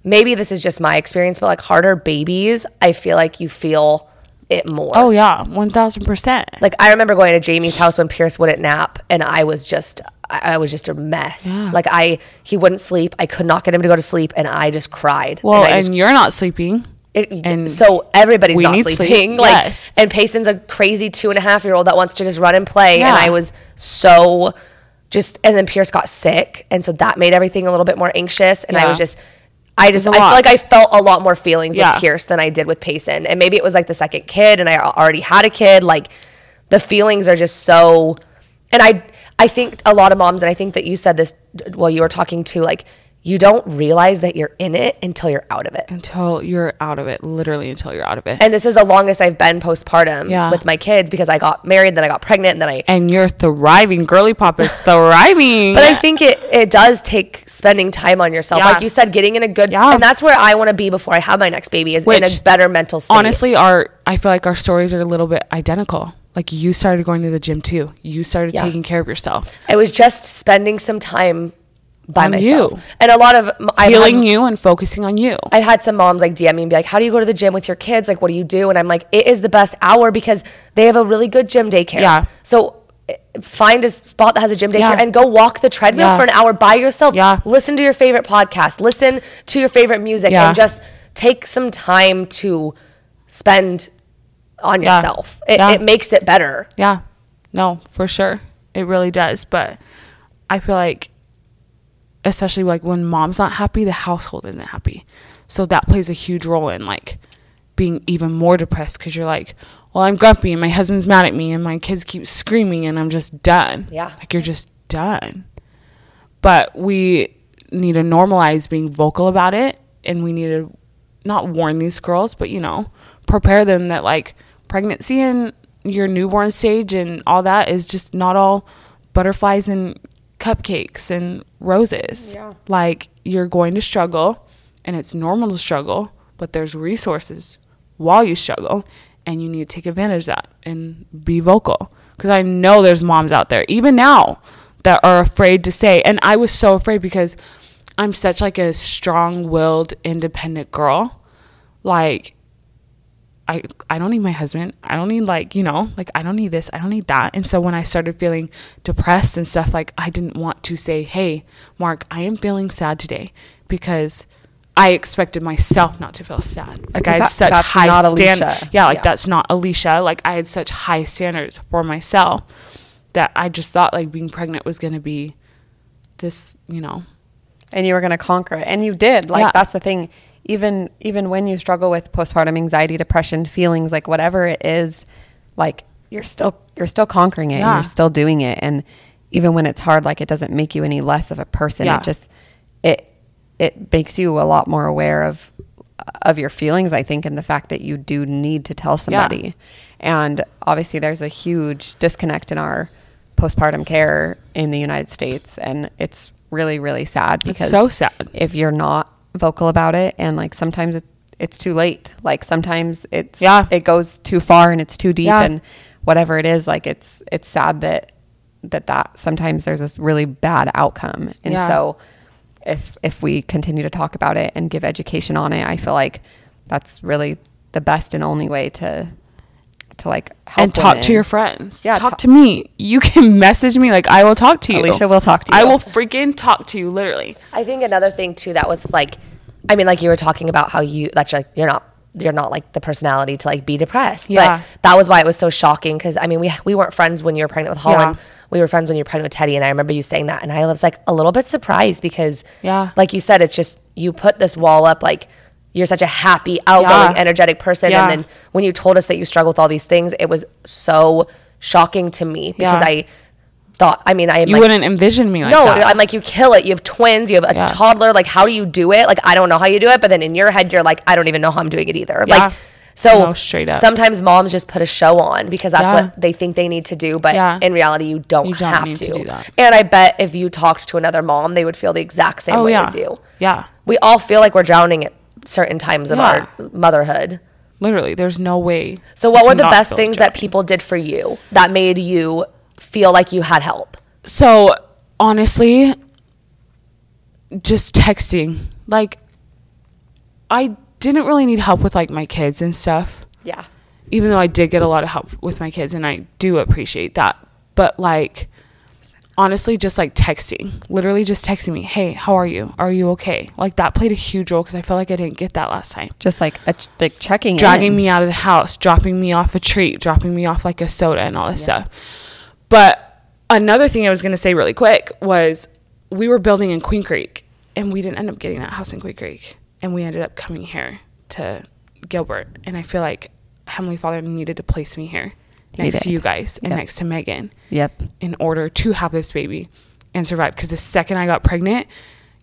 [SPEAKER 2] maybe this is just my experience but like harder babies i feel like you feel it more.
[SPEAKER 4] Oh yeah, one thousand percent.
[SPEAKER 2] Like I remember going to Jamie's house when Pierce wouldn't nap, and I was just I I was just a mess. Like I he wouldn't sleep. I could not get him to go to sleep, and I just cried.
[SPEAKER 4] Well,
[SPEAKER 2] I
[SPEAKER 4] and,
[SPEAKER 2] just
[SPEAKER 4] you're not sleeping.
[SPEAKER 2] It,
[SPEAKER 4] And
[SPEAKER 2] so everybody's
[SPEAKER 4] we
[SPEAKER 2] not
[SPEAKER 4] need sleep.
[SPEAKER 2] sleeping. Like,
[SPEAKER 4] Yes.
[SPEAKER 2] and Payson's a crazy two and a half year old that wants to just run and play. And
[SPEAKER 4] Yeah.
[SPEAKER 2] I was so just, and then Pierce got sick, and so that made everything a little bit more anxious. And I
[SPEAKER 4] Yeah.
[SPEAKER 2] was just, I just, I
[SPEAKER 4] a
[SPEAKER 2] feel
[SPEAKER 4] lot.
[SPEAKER 2] like I felt a lot more feelings
[SPEAKER 4] Yeah.
[SPEAKER 2] with Pierce than I did with Payson. And maybe it was like the second kid, and I al- already had a kid. Like, the feelings are just so, and I, I think a lot of moms, and I think that you said this d- while you were talking to, like, you don't realize that you're in it until you're out of it.
[SPEAKER 4] until you're out of it. Literally until you're out of it. And,
[SPEAKER 2] and this is the longest I've been postpartum
[SPEAKER 4] Yeah.
[SPEAKER 2] with my kids because I got married, then I got pregnant, and then I.
[SPEAKER 4] you're thriving, girly pop is thriving.
[SPEAKER 2] But I think it it does take spending time on yourself,
[SPEAKER 4] Yeah.
[SPEAKER 2] like you said, getting in a good.
[SPEAKER 4] Yeah.
[SPEAKER 2] And that's where I want to be before I have my next baby is in
[SPEAKER 4] Which,
[SPEAKER 2] a better mental state.
[SPEAKER 4] honestly, our I feel like our stories are a little bit identical. Like you started going to the gym too. You started
[SPEAKER 2] Yeah.
[SPEAKER 4] taking care of yourself,
[SPEAKER 2] it was just spending some time by
[SPEAKER 4] On
[SPEAKER 2] myself,
[SPEAKER 4] you.
[SPEAKER 2] and a lot of m- I've
[SPEAKER 4] healing
[SPEAKER 2] had,
[SPEAKER 4] you and focusing on you.
[SPEAKER 2] I've had some moms like DM me and be like, "How do you go to the gym with your kids? Like, what do you do?" And I'm like, "It is the best hour because they have a really good gym daycare."
[SPEAKER 4] Yeah.
[SPEAKER 2] So eh, find a spot that has a gym daycare
[SPEAKER 4] Yeah.
[SPEAKER 2] and go walk the treadmill
[SPEAKER 4] Yeah.
[SPEAKER 2] for an hour by yourself.
[SPEAKER 4] Yeah.
[SPEAKER 2] Listen to your favorite podcast. Listen to your favorite music
[SPEAKER 4] Yeah.
[SPEAKER 2] and just take some time to spend on
[SPEAKER 4] Yeah.
[SPEAKER 2] yourself. It,
[SPEAKER 4] Yeah.
[SPEAKER 2] it makes it better.
[SPEAKER 4] Yeah. No, for sure. It really does. But I feel like especially like when mom's not happy, the household isn't happy. So that plays a huge role in like being even more depressed because you're like, well, I'm grumpy and my husband's mad at me and my kids keep screaming and I'm just done.
[SPEAKER 2] Yeah.
[SPEAKER 4] Like you're just done. But we need to normalize being vocal about it and we need to not warn these girls, but you know, prepare them that like pregnancy and your newborn stage and all that is just not all butterflies and cupcakes and roses. Like you're going to struggle and it's normal to struggle, but there's resources while you struggle and you need to take advantage of that and be vocal because I know there's moms out there even now that are afraid to say and I was so afraid because I'm such like a strong-willed independent girl like I I don't need my husband. I don't need like, you know, like I don't need this, I don't need that. And so when I started feeling depressed and stuff like I didn't want to say, "Hey, Mark, I am feeling sad today" because I expected myself not to feel sad. Like I had
[SPEAKER 3] That-
[SPEAKER 4] such
[SPEAKER 3] that's
[SPEAKER 4] high
[SPEAKER 3] not
[SPEAKER 4] standards.
[SPEAKER 3] Alicia.
[SPEAKER 4] Yeah, like
[SPEAKER 3] Yeah.
[SPEAKER 4] that's not Alicia. Like I had such high standards for myself that I just thought like being pregnant was going to be this, you know,
[SPEAKER 3] and you were going to conquer it and you did like
[SPEAKER 4] Yeah.
[SPEAKER 3] that's the thing even even when you struggle with postpartum anxiety depression feelings like whatever it is like you're still you're still conquering it and
[SPEAKER 4] Yeah.
[SPEAKER 3] you're still doing it and even when it's hard like it doesn't make you any less of a person
[SPEAKER 4] Yeah.
[SPEAKER 3] it just it it makes you a lot more aware of of your feelings i think and the fact that you do need to tell somebody and obviously there's a huge disconnect in our postpartum care in the united states and it's really really sad
[SPEAKER 4] It's so sad.
[SPEAKER 3] if you're not vocal about it and like sometimes it, it's too late like sometimes it's
[SPEAKER 4] Yeah.
[SPEAKER 3] it goes too far and it's too deep
[SPEAKER 4] Yeah.
[SPEAKER 3] and whatever it is like it's it's sad that that that sometimes there's this really bad outcome and
[SPEAKER 4] Yeah.
[SPEAKER 3] so if if we continue to talk about it and give education on it i feel like that's really the best and only way to to like help
[SPEAKER 4] and talk to
[SPEAKER 3] women.
[SPEAKER 4] your friends.
[SPEAKER 3] Yeah,
[SPEAKER 4] talk
[SPEAKER 3] talk-
[SPEAKER 4] to me. You can message me. Like I will talk to you.
[SPEAKER 3] Alicia will talk to
[SPEAKER 4] I
[SPEAKER 3] you.
[SPEAKER 4] will freaking talk to you. Literally.
[SPEAKER 2] I think another thing too that was like, I mean, like you were talking about how you that you're, like you're not you're not like the personality to like be depressed.
[SPEAKER 4] Yeah.
[SPEAKER 2] But that was why it was so shocking because I mean we we weren't friends when you were pregnant with Holland.
[SPEAKER 4] Yeah.
[SPEAKER 2] We were friends when you were pregnant with Teddy, and I remember you saying that, and I was like a little bit surprised because
[SPEAKER 4] Yeah.
[SPEAKER 2] like you said, it's just you put this wall up like. You're such a happy, outgoing,
[SPEAKER 4] Yeah.
[SPEAKER 2] energetic person.
[SPEAKER 4] Yeah.
[SPEAKER 2] And then when you told us that you struggle with all these things, it was so shocking to me because
[SPEAKER 4] Yeah.
[SPEAKER 2] I thought, I mean, I am
[SPEAKER 4] You
[SPEAKER 2] like,
[SPEAKER 4] wouldn't envision me like
[SPEAKER 2] no,
[SPEAKER 4] that.
[SPEAKER 2] I'm like, you kill it. You have twins, you have a
[SPEAKER 4] Yeah.
[SPEAKER 2] toddler. Like, how do you do it? Like, I don't know how you do it. But then in your head, you're like, I don't even know how I'm doing it either.
[SPEAKER 4] Yeah.
[SPEAKER 2] Like, so
[SPEAKER 4] No, straight up.
[SPEAKER 2] sometimes moms just put a show on because that's
[SPEAKER 4] Yeah.
[SPEAKER 2] what they think they need to do. But
[SPEAKER 4] Yeah.
[SPEAKER 2] in reality, you don't,
[SPEAKER 4] You don't
[SPEAKER 2] have
[SPEAKER 4] need
[SPEAKER 2] to.
[SPEAKER 4] to do that.
[SPEAKER 2] And I bet if you talked to another mom, they would feel the exact same
[SPEAKER 4] Oh,
[SPEAKER 2] way
[SPEAKER 4] yeah.
[SPEAKER 2] as you.
[SPEAKER 4] Yeah.
[SPEAKER 2] We all feel like we're drowning at certain times of
[SPEAKER 4] Yeah.
[SPEAKER 2] our motherhood.
[SPEAKER 4] Literally, there's no way.
[SPEAKER 2] So,
[SPEAKER 4] you
[SPEAKER 2] what were the
[SPEAKER 4] cannot
[SPEAKER 2] best
[SPEAKER 4] feel
[SPEAKER 2] things
[SPEAKER 4] joy.
[SPEAKER 2] that people did for you that made you feel like you had help?
[SPEAKER 4] So honestly, just texting. Like, I didn't really need help with like my kids and stuff.
[SPEAKER 3] yeah
[SPEAKER 4] even though I did get a lot of help with my kids and I do appreciate that. But like honestly just like texting, literally just texting me, "Hey, how are you? Are you okay?" Like that played a huge role cuz I felt like I didn't get that last time.
[SPEAKER 3] Just like a, ch- like checking
[SPEAKER 4] Dragging
[SPEAKER 3] in.
[SPEAKER 4] me out of the house, dropping me off a treat, dropping me off like a soda and all this stuff. But another thing I was going to say really quick was we were building in Queen Creek and we didn't end up getting that house in Queen Creek. And we ended up coming here to Gilbert. And I feel like Heavenly Father needed to place me here next
[SPEAKER 3] did.
[SPEAKER 4] to you guys and
[SPEAKER 3] Yep.
[SPEAKER 4] next to Megan
[SPEAKER 3] Yep.
[SPEAKER 4] in order to have this baby and survive. Because the second I got pregnant,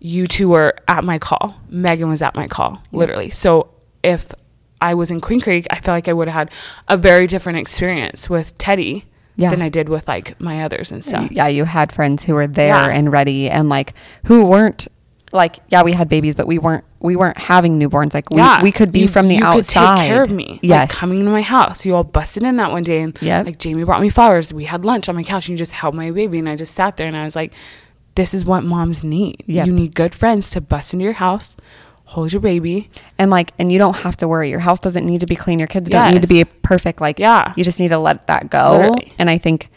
[SPEAKER 4] you two were at my call. Megan was at my call, literally. So if I was in Queen Creek, I feel like I would have had a very different experience with Teddy
[SPEAKER 3] Yeah.
[SPEAKER 4] than I did with like my others and stuff.
[SPEAKER 3] yeah, you had friends who were there
[SPEAKER 4] Yeah.
[SPEAKER 3] and ready and like who weren't like yeah, we had babies, but we weren't we weren't having newborns. Like we, we could be
[SPEAKER 4] You-
[SPEAKER 3] from the
[SPEAKER 4] you
[SPEAKER 3] outside.
[SPEAKER 4] Could take care of me. Like
[SPEAKER 3] Yes.
[SPEAKER 4] coming to my house. You all busted in that one day and
[SPEAKER 3] Yep.
[SPEAKER 4] like Jamie brought me flowers. We had lunch on my couch and you just held my baby and I just sat there and I was like, This is what moms need.
[SPEAKER 3] Yep.
[SPEAKER 4] You need good friends to bust into your house, hold your baby.
[SPEAKER 3] and like and you don't have to worry. Your house doesn't need to be clean. Your kids don't need to
[SPEAKER 4] Yes.
[SPEAKER 3] be perfect. Like
[SPEAKER 4] Yeah.
[SPEAKER 3] you just need to let that go.
[SPEAKER 4] Literally.
[SPEAKER 3] And I think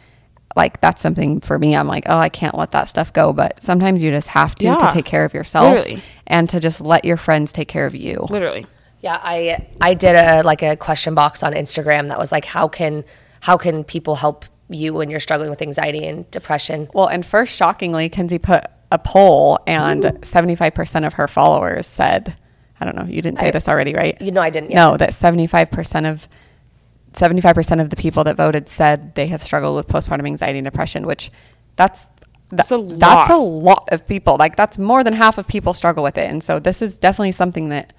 [SPEAKER 3] like that's something for me. I'm like, oh, I can't let that stuff go. But sometimes you just have to to
[SPEAKER 4] Yeah.
[SPEAKER 3] take care of yourself
[SPEAKER 4] Literally.
[SPEAKER 3] and to just let your friends take care of you.
[SPEAKER 4] Literally.
[SPEAKER 2] Yeah, I I did a like a question box on Instagram that was like how can how can people help you when you're struggling with anxiety and depression?
[SPEAKER 3] Well, and first, shockingly, Kenzie put a poll, and 75% of her followers said, I don't know, you didn't say this already, right?
[SPEAKER 2] You know I didn't yet.
[SPEAKER 3] No, that 75% of 75% of the people that voted said they have struggled with postpartum anxiety and depression, which that's that's
[SPEAKER 4] a
[SPEAKER 3] that's a
[SPEAKER 4] lot.
[SPEAKER 3] lot of people. Like that's more than half of people struggle with it. And so this is definitely something that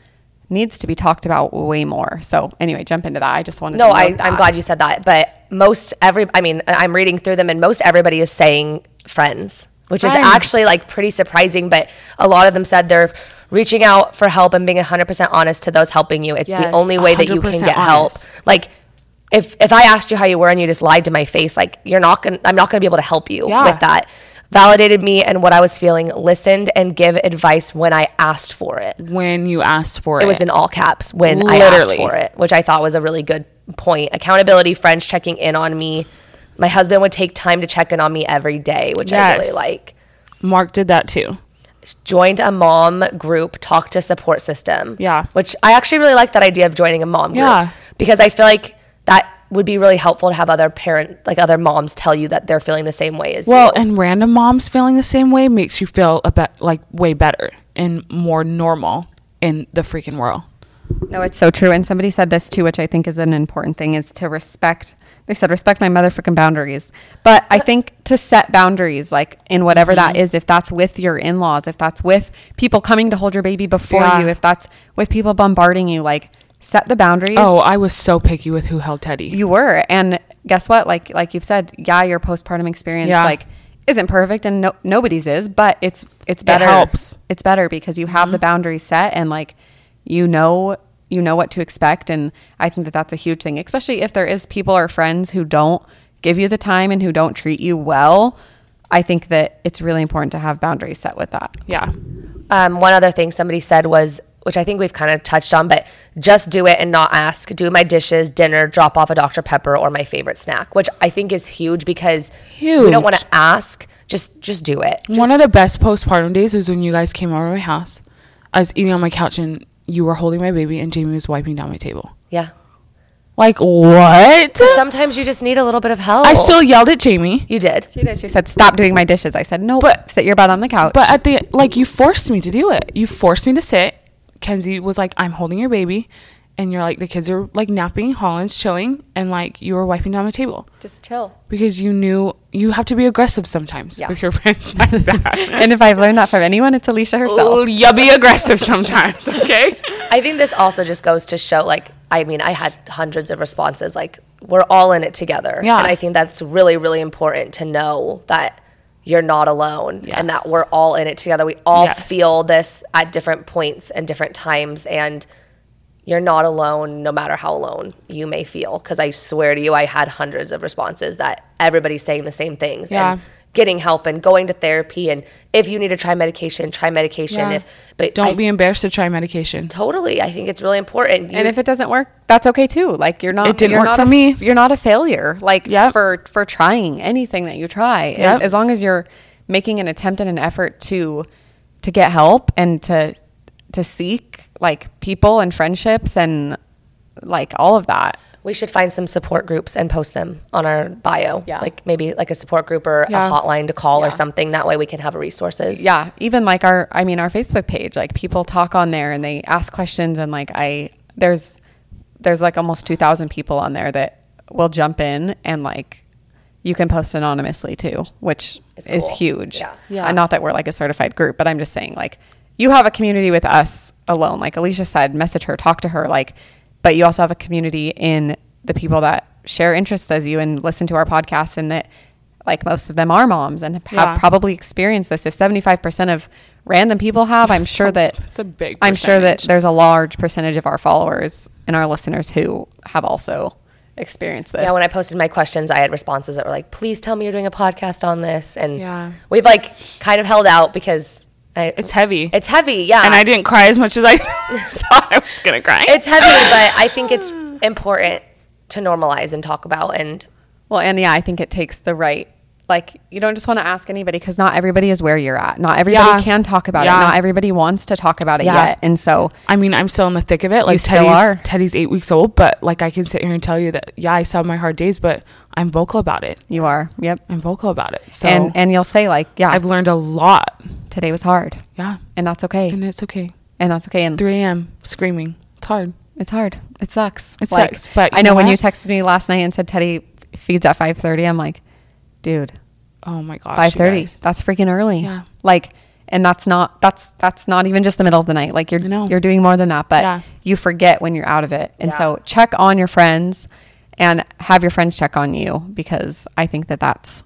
[SPEAKER 3] needs to be talked about way more. So anyway, jump into that. I just wanted
[SPEAKER 2] No,
[SPEAKER 3] to note
[SPEAKER 2] I, I'm
[SPEAKER 3] that.
[SPEAKER 2] glad you said that. But most every, I mean, I'm reading through them, and most everybody is saying friends, which
[SPEAKER 4] Friends.
[SPEAKER 2] is actually like pretty surprising. But a lot of them said they're reaching out for help and being 100% honest to those helping you. It's the
[SPEAKER 4] Yes,
[SPEAKER 2] only way that you can
[SPEAKER 4] 100%
[SPEAKER 2] get help.
[SPEAKER 4] honest.
[SPEAKER 2] Like. If, if I asked you how you were and you just lied to my face, like you're not gonna, I'm not gonna be able to help you
[SPEAKER 4] Yeah.
[SPEAKER 2] with that. Validated me and what I was feeling, listened and give advice when I asked for it
[SPEAKER 4] When you asked for it.
[SPEAKER 2] it was in all caps when I asked
[SPEAKER 4] Literally.
[SPEAKER 2] for it, which I thought was a really good point. Accountability, friends checking in on me. My husband would take time to check in on me every day, which I
[SPEAKER 4] Yes.
[SPEAKER 2] really like.
[SPEAKER 4] Mark did that too.
[SPEAKER 2] Joined a mom group, talked to support system.
[SPEAKER 4] Yeah.
[SPEAKER 2] Which I actually really like that idea of joining a mom group.
[SPEAKER 4] Yeah.
[SPEAKER 2] Because I feel like that would be really helpful to have other parent like other moms tell you that they're feeling the same way as you.
[SPEAKER 4] Well, and random moms feeling the same way makes you feel a bit like way better and more normal in the freaking world.
[SPEAKER 3] No, it's so true. And somebody said this too, which I think is an important thing, is to respect. They said respect my motherfucking boundaries, but I think to set boundaries, like in whatever that is, if that's with your in laws, if that's with people coming to hold your baby before
[SPEAKER 4] Yeah.
[SPEAKER 3] you, if that's with people bombarding you, like set the boundaries.
[SPEAKER 4] Oh, I was so picky with who held Teddy.
[SPEAKER 3] you were, and guess what? Like like you've said, yeah, your postpartum experience,
[SPEAKER 4] Yeah.
[SPEAKER 3] like isn't perfect and no, nobody's is but it's it's better
[SPEAKER 4] helps.
[SPEAKER 3] it's better because you have the boundaries set and like you know you know what to expect and i think that that's a huge thing especially if there is people or friends who don't give you the time and who don't treat you well i think that it's really important to have boundaries set with that
[SPEAKER 4] yeah.
[SPEAKER 2] Um, one other thing somebody said was, which I think we've kind of touched on, but just do it and not ask. Do my dishes, dinner, drop off a Dr. Pepper or my favorite snack, which I think is huge because we don't
[SPEAKER 4] Huge.
[SPEAKER 2] want to ask. Just just do it.
[SPEAKER 4] One of the best postpartum days was when you guys came over to my house. I was eating on my couch and you were holding my baby and Jamie was wiping down my table.
[SPEAKER 2] Yeah.
[SPEAKER 4] Like what?
[SPEAKER 2] Sometimes you just need a little bit of help.
[SPEAKER 4] I still yelled at Jamie,
[SPEAKER 2] You did.
[SPEAKER 3] she did she said stop doing my dishes i said no but
[SPEAKER 4] But-
[SPEAKER 3] sit your butt on the couch
[SPEAKER 4] but at the like you forced me to do it. You forced me to sit. Kenzie was like, "I'm holding your baby," and you're like, "The kids are like napping, Holland's chilling," and like you were wiping down my table
[SPEAKER 3] just chill
[SPEAKER 4] because you knew you have to be aggressive sometimes with your friends like that.
[SPEAKER 3] and if i've learned that from anyone it's alicia herself
[SPEAKER 4] Oh, you be aggressive sometimes, okay?
[SPEAKER 2] I think this also just goes to show, like, I mean, I had hundreds of responses. Like, we're all in it together.
[SPEAKER 4] Yeah.
[SPEAKER 2] And I think that's really, really important to know that you're not alone and that
[SPEAKER 4] Yes.
[SPEAKER 2] we're all in it together. We all
[SPEAKER 4] Yes.
[SPEAKER 2] feel this at different points and different times. And you're not alone, no matter how alone you may feel. Because I swear to you, I had hundreds of responses that everybody's saying the same things.
[SPEAKER 4] Yeah.
[SPEAKER 2] And getting help and going to therapy and if you need to try medication, try medication.
[SPEAKER 4] Yeah.
[SPEAKER 2] If but
[SPEAKER 4] Don't
[SPEAKER 2] I-
[SPEAKER 4] be embarrassed to try medication.
[SPEAKER 2] totally. I think it's really important. You-
[SPEAKER 3] and if it doesn't work, that's okay too. Like you're not.
[SPEAKER 4] It didn't
[SPEAKER 3] you're
[SPEAKER 4] work
[SPEAKER 3] not
[SPEAKER 4] for
[SPEAKER 3] a-
[SPEAKER 4] me.
[SPEAKER 3] You're not a failure. Like
[SPEAKER 4] Yep.
[SPEAKER 3] for for trying anything that you try, And
[SPEAKER 4] Yep.
[SPEAKER 3] as long as you're making an attempt and an effort to to get help and to to seek like people and friendships and like all of that.
[SPEAKER 2] we should find some support groups and post them on our bio.
[SPEAKER 3] Yeah.
[SPEAKER 2] Like maybe like a support group or
[SPEAKER 4] Yeah.
[SPEAKER 2] a hotline to call
[SPEAKER 3] Yeah.
[SPEAKER 2] or something. That way we can have resources.
[SPEAKER 3] yeah even like our i mean our facebook page like people talk on there and they ask questions and like i there's there's like almost 2000 people on there that will jump in and like you can post anonymously too which is
[SPEAKER 2] cool.
[SPEAKER 3] huge
[SPEAKER 2] Yeah.
[SPEAKER 4] Yeah.
[SPEAKER 3] And not that we're like a certified group but i'm just saying like you have a community with us alone like alicia said message her talk to her like but you also have a community in the people that share interests as you and listen to our podcast and that like most of them are moms and have
[SPEAKER 4] Yeah.
[SPEAKER 3] probably experienced this. If 75% of random people have, I'm sure that
[SPEAKER 4] It's a big
[SPEAKER 3] I'm sure that
[SPEAKER 4] percentage.
[SPEAKER 3] there's a large percentage of our followers and our listeners who have also experienced this.
[SPEAKER 2] Yeah, when I posted my questions, I had responses that were like, "Please tell me you're doing a podcast on this," and
[SPEAKER 4] Yeah.
[SPEAKER 2] we've like kind of held out because I,
[SPEAKER 4] It's heavy.
[SPEAKER 2] It's heavy, yeah,
[SPEAKER 4] and I didn't cry as much as I thought I was gonna cry.
[SPEAKER 2] It's heavy, but I think it's important to normalize and talk about. And
[SPEAKER 3] well, and yeah, I think it takes the right like you don't just want to ask anybody because not everybody is where you're at. Not everybody
[SPEAKER 4] Yeah.
[SPEAKER 3] can talk about
[SPEAKER 4] Yeah.
[SPEAKER 3] it. Not everybody wants to talk about it
[SPEAKER 2] Yeah.
[SPEAKER 3] yet. And so
[SPEAKER 4] I mean, I'm still in the thick of it. Like
[SPEAKER 3] still
[SPEAKER 4] Teddy's,
[SPEAKER 3] are.
[SPEAKER 4] Teddy's eight weeks old, but like I can sit here and tell you that yeah, I saw my hard days, but I'm vocal about it.
[SPEAKER 3] you are. Yep.
[SPEAKER 4] I'm vocal about it. So
[SPEAKER 3] And and you'll say like, yeah,
[SPEAKER 4] I've learned a lot.
[SPEAKER 3] today was hard.
[SPEAKER 4] Yeah,
[SPEAKER 3] And that's okay.
[SPEAKER 4] and it's okay.
[SPEAKER 3] and that's okay. And
[SPEAKER 4] 3 a.m. screaming. It's hard.
[SPEAKER 3] It's hard. It sucks.
[SPEAKER 4] It
[SPEAKER 3] Like,
[SPEAKER 4] sucks, but
[SPEAKER 3] I
[SPEAKER 4] you
[SPEAKER 3] know
[SPEAKER 4] know
[SPEAKER 3] when
[SPEAKER 4] what?
[SPEAKER 3] you texted me last night and said Teddy feeds at five thirty, I'm like, dude,
[SPEAKER 4] Oh my gosh. you
[SPEAKER 3] five thirty.
[SPEAKER 4] guys.
[SPEAKER 3] That's freaking early.
[SPEAKER 4] Yeah.
[SPEAKER 3] Like, and that's not that's that's not even just the middle of the night. Like you're
[SPEAKER 4] I know.
[SPEAKER 3] you're doing more than that, but
[SPEAKER 4] Yeah.
[SPEAKER 3] you forget when you're out of it. And so check on your friends, and have your friends check on you because I think that that's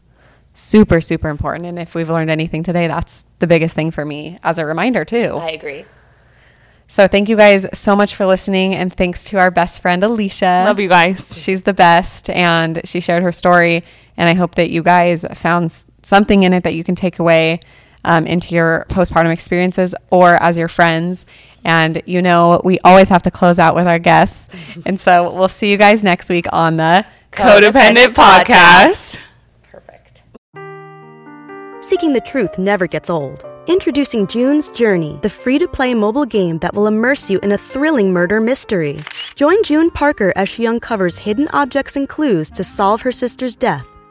[SPEAKER 3] super super important. And if we've learned anything today, that's the biggest thing for me as a reminder too.
[SPEAKER 2] I agree.
[SPEAKER 3] So thank you guys so much for listening, and thanks to our best friend Alicia.
[SPEAKER 4] Love you guys.
[SPEAKER 3] She's the best, and she shared her story. And I hope that you guys found s- something in it that you can take away um, into your postpartum experiences or as your friends. And you know, we always have to close out with our guests. and so we'll see you guys next week on the
[SPEAKER 4] Codependent podcast.
[SPEAKER 2] Perfect.
[SPEAKER 5] Seeking the truth never gets old. Introducing June's Journey, the free to play mobile game that will immerse you in a thrilling murder mystery. Join June Parker as she uncovers hidden objects and clues to solve her sister's death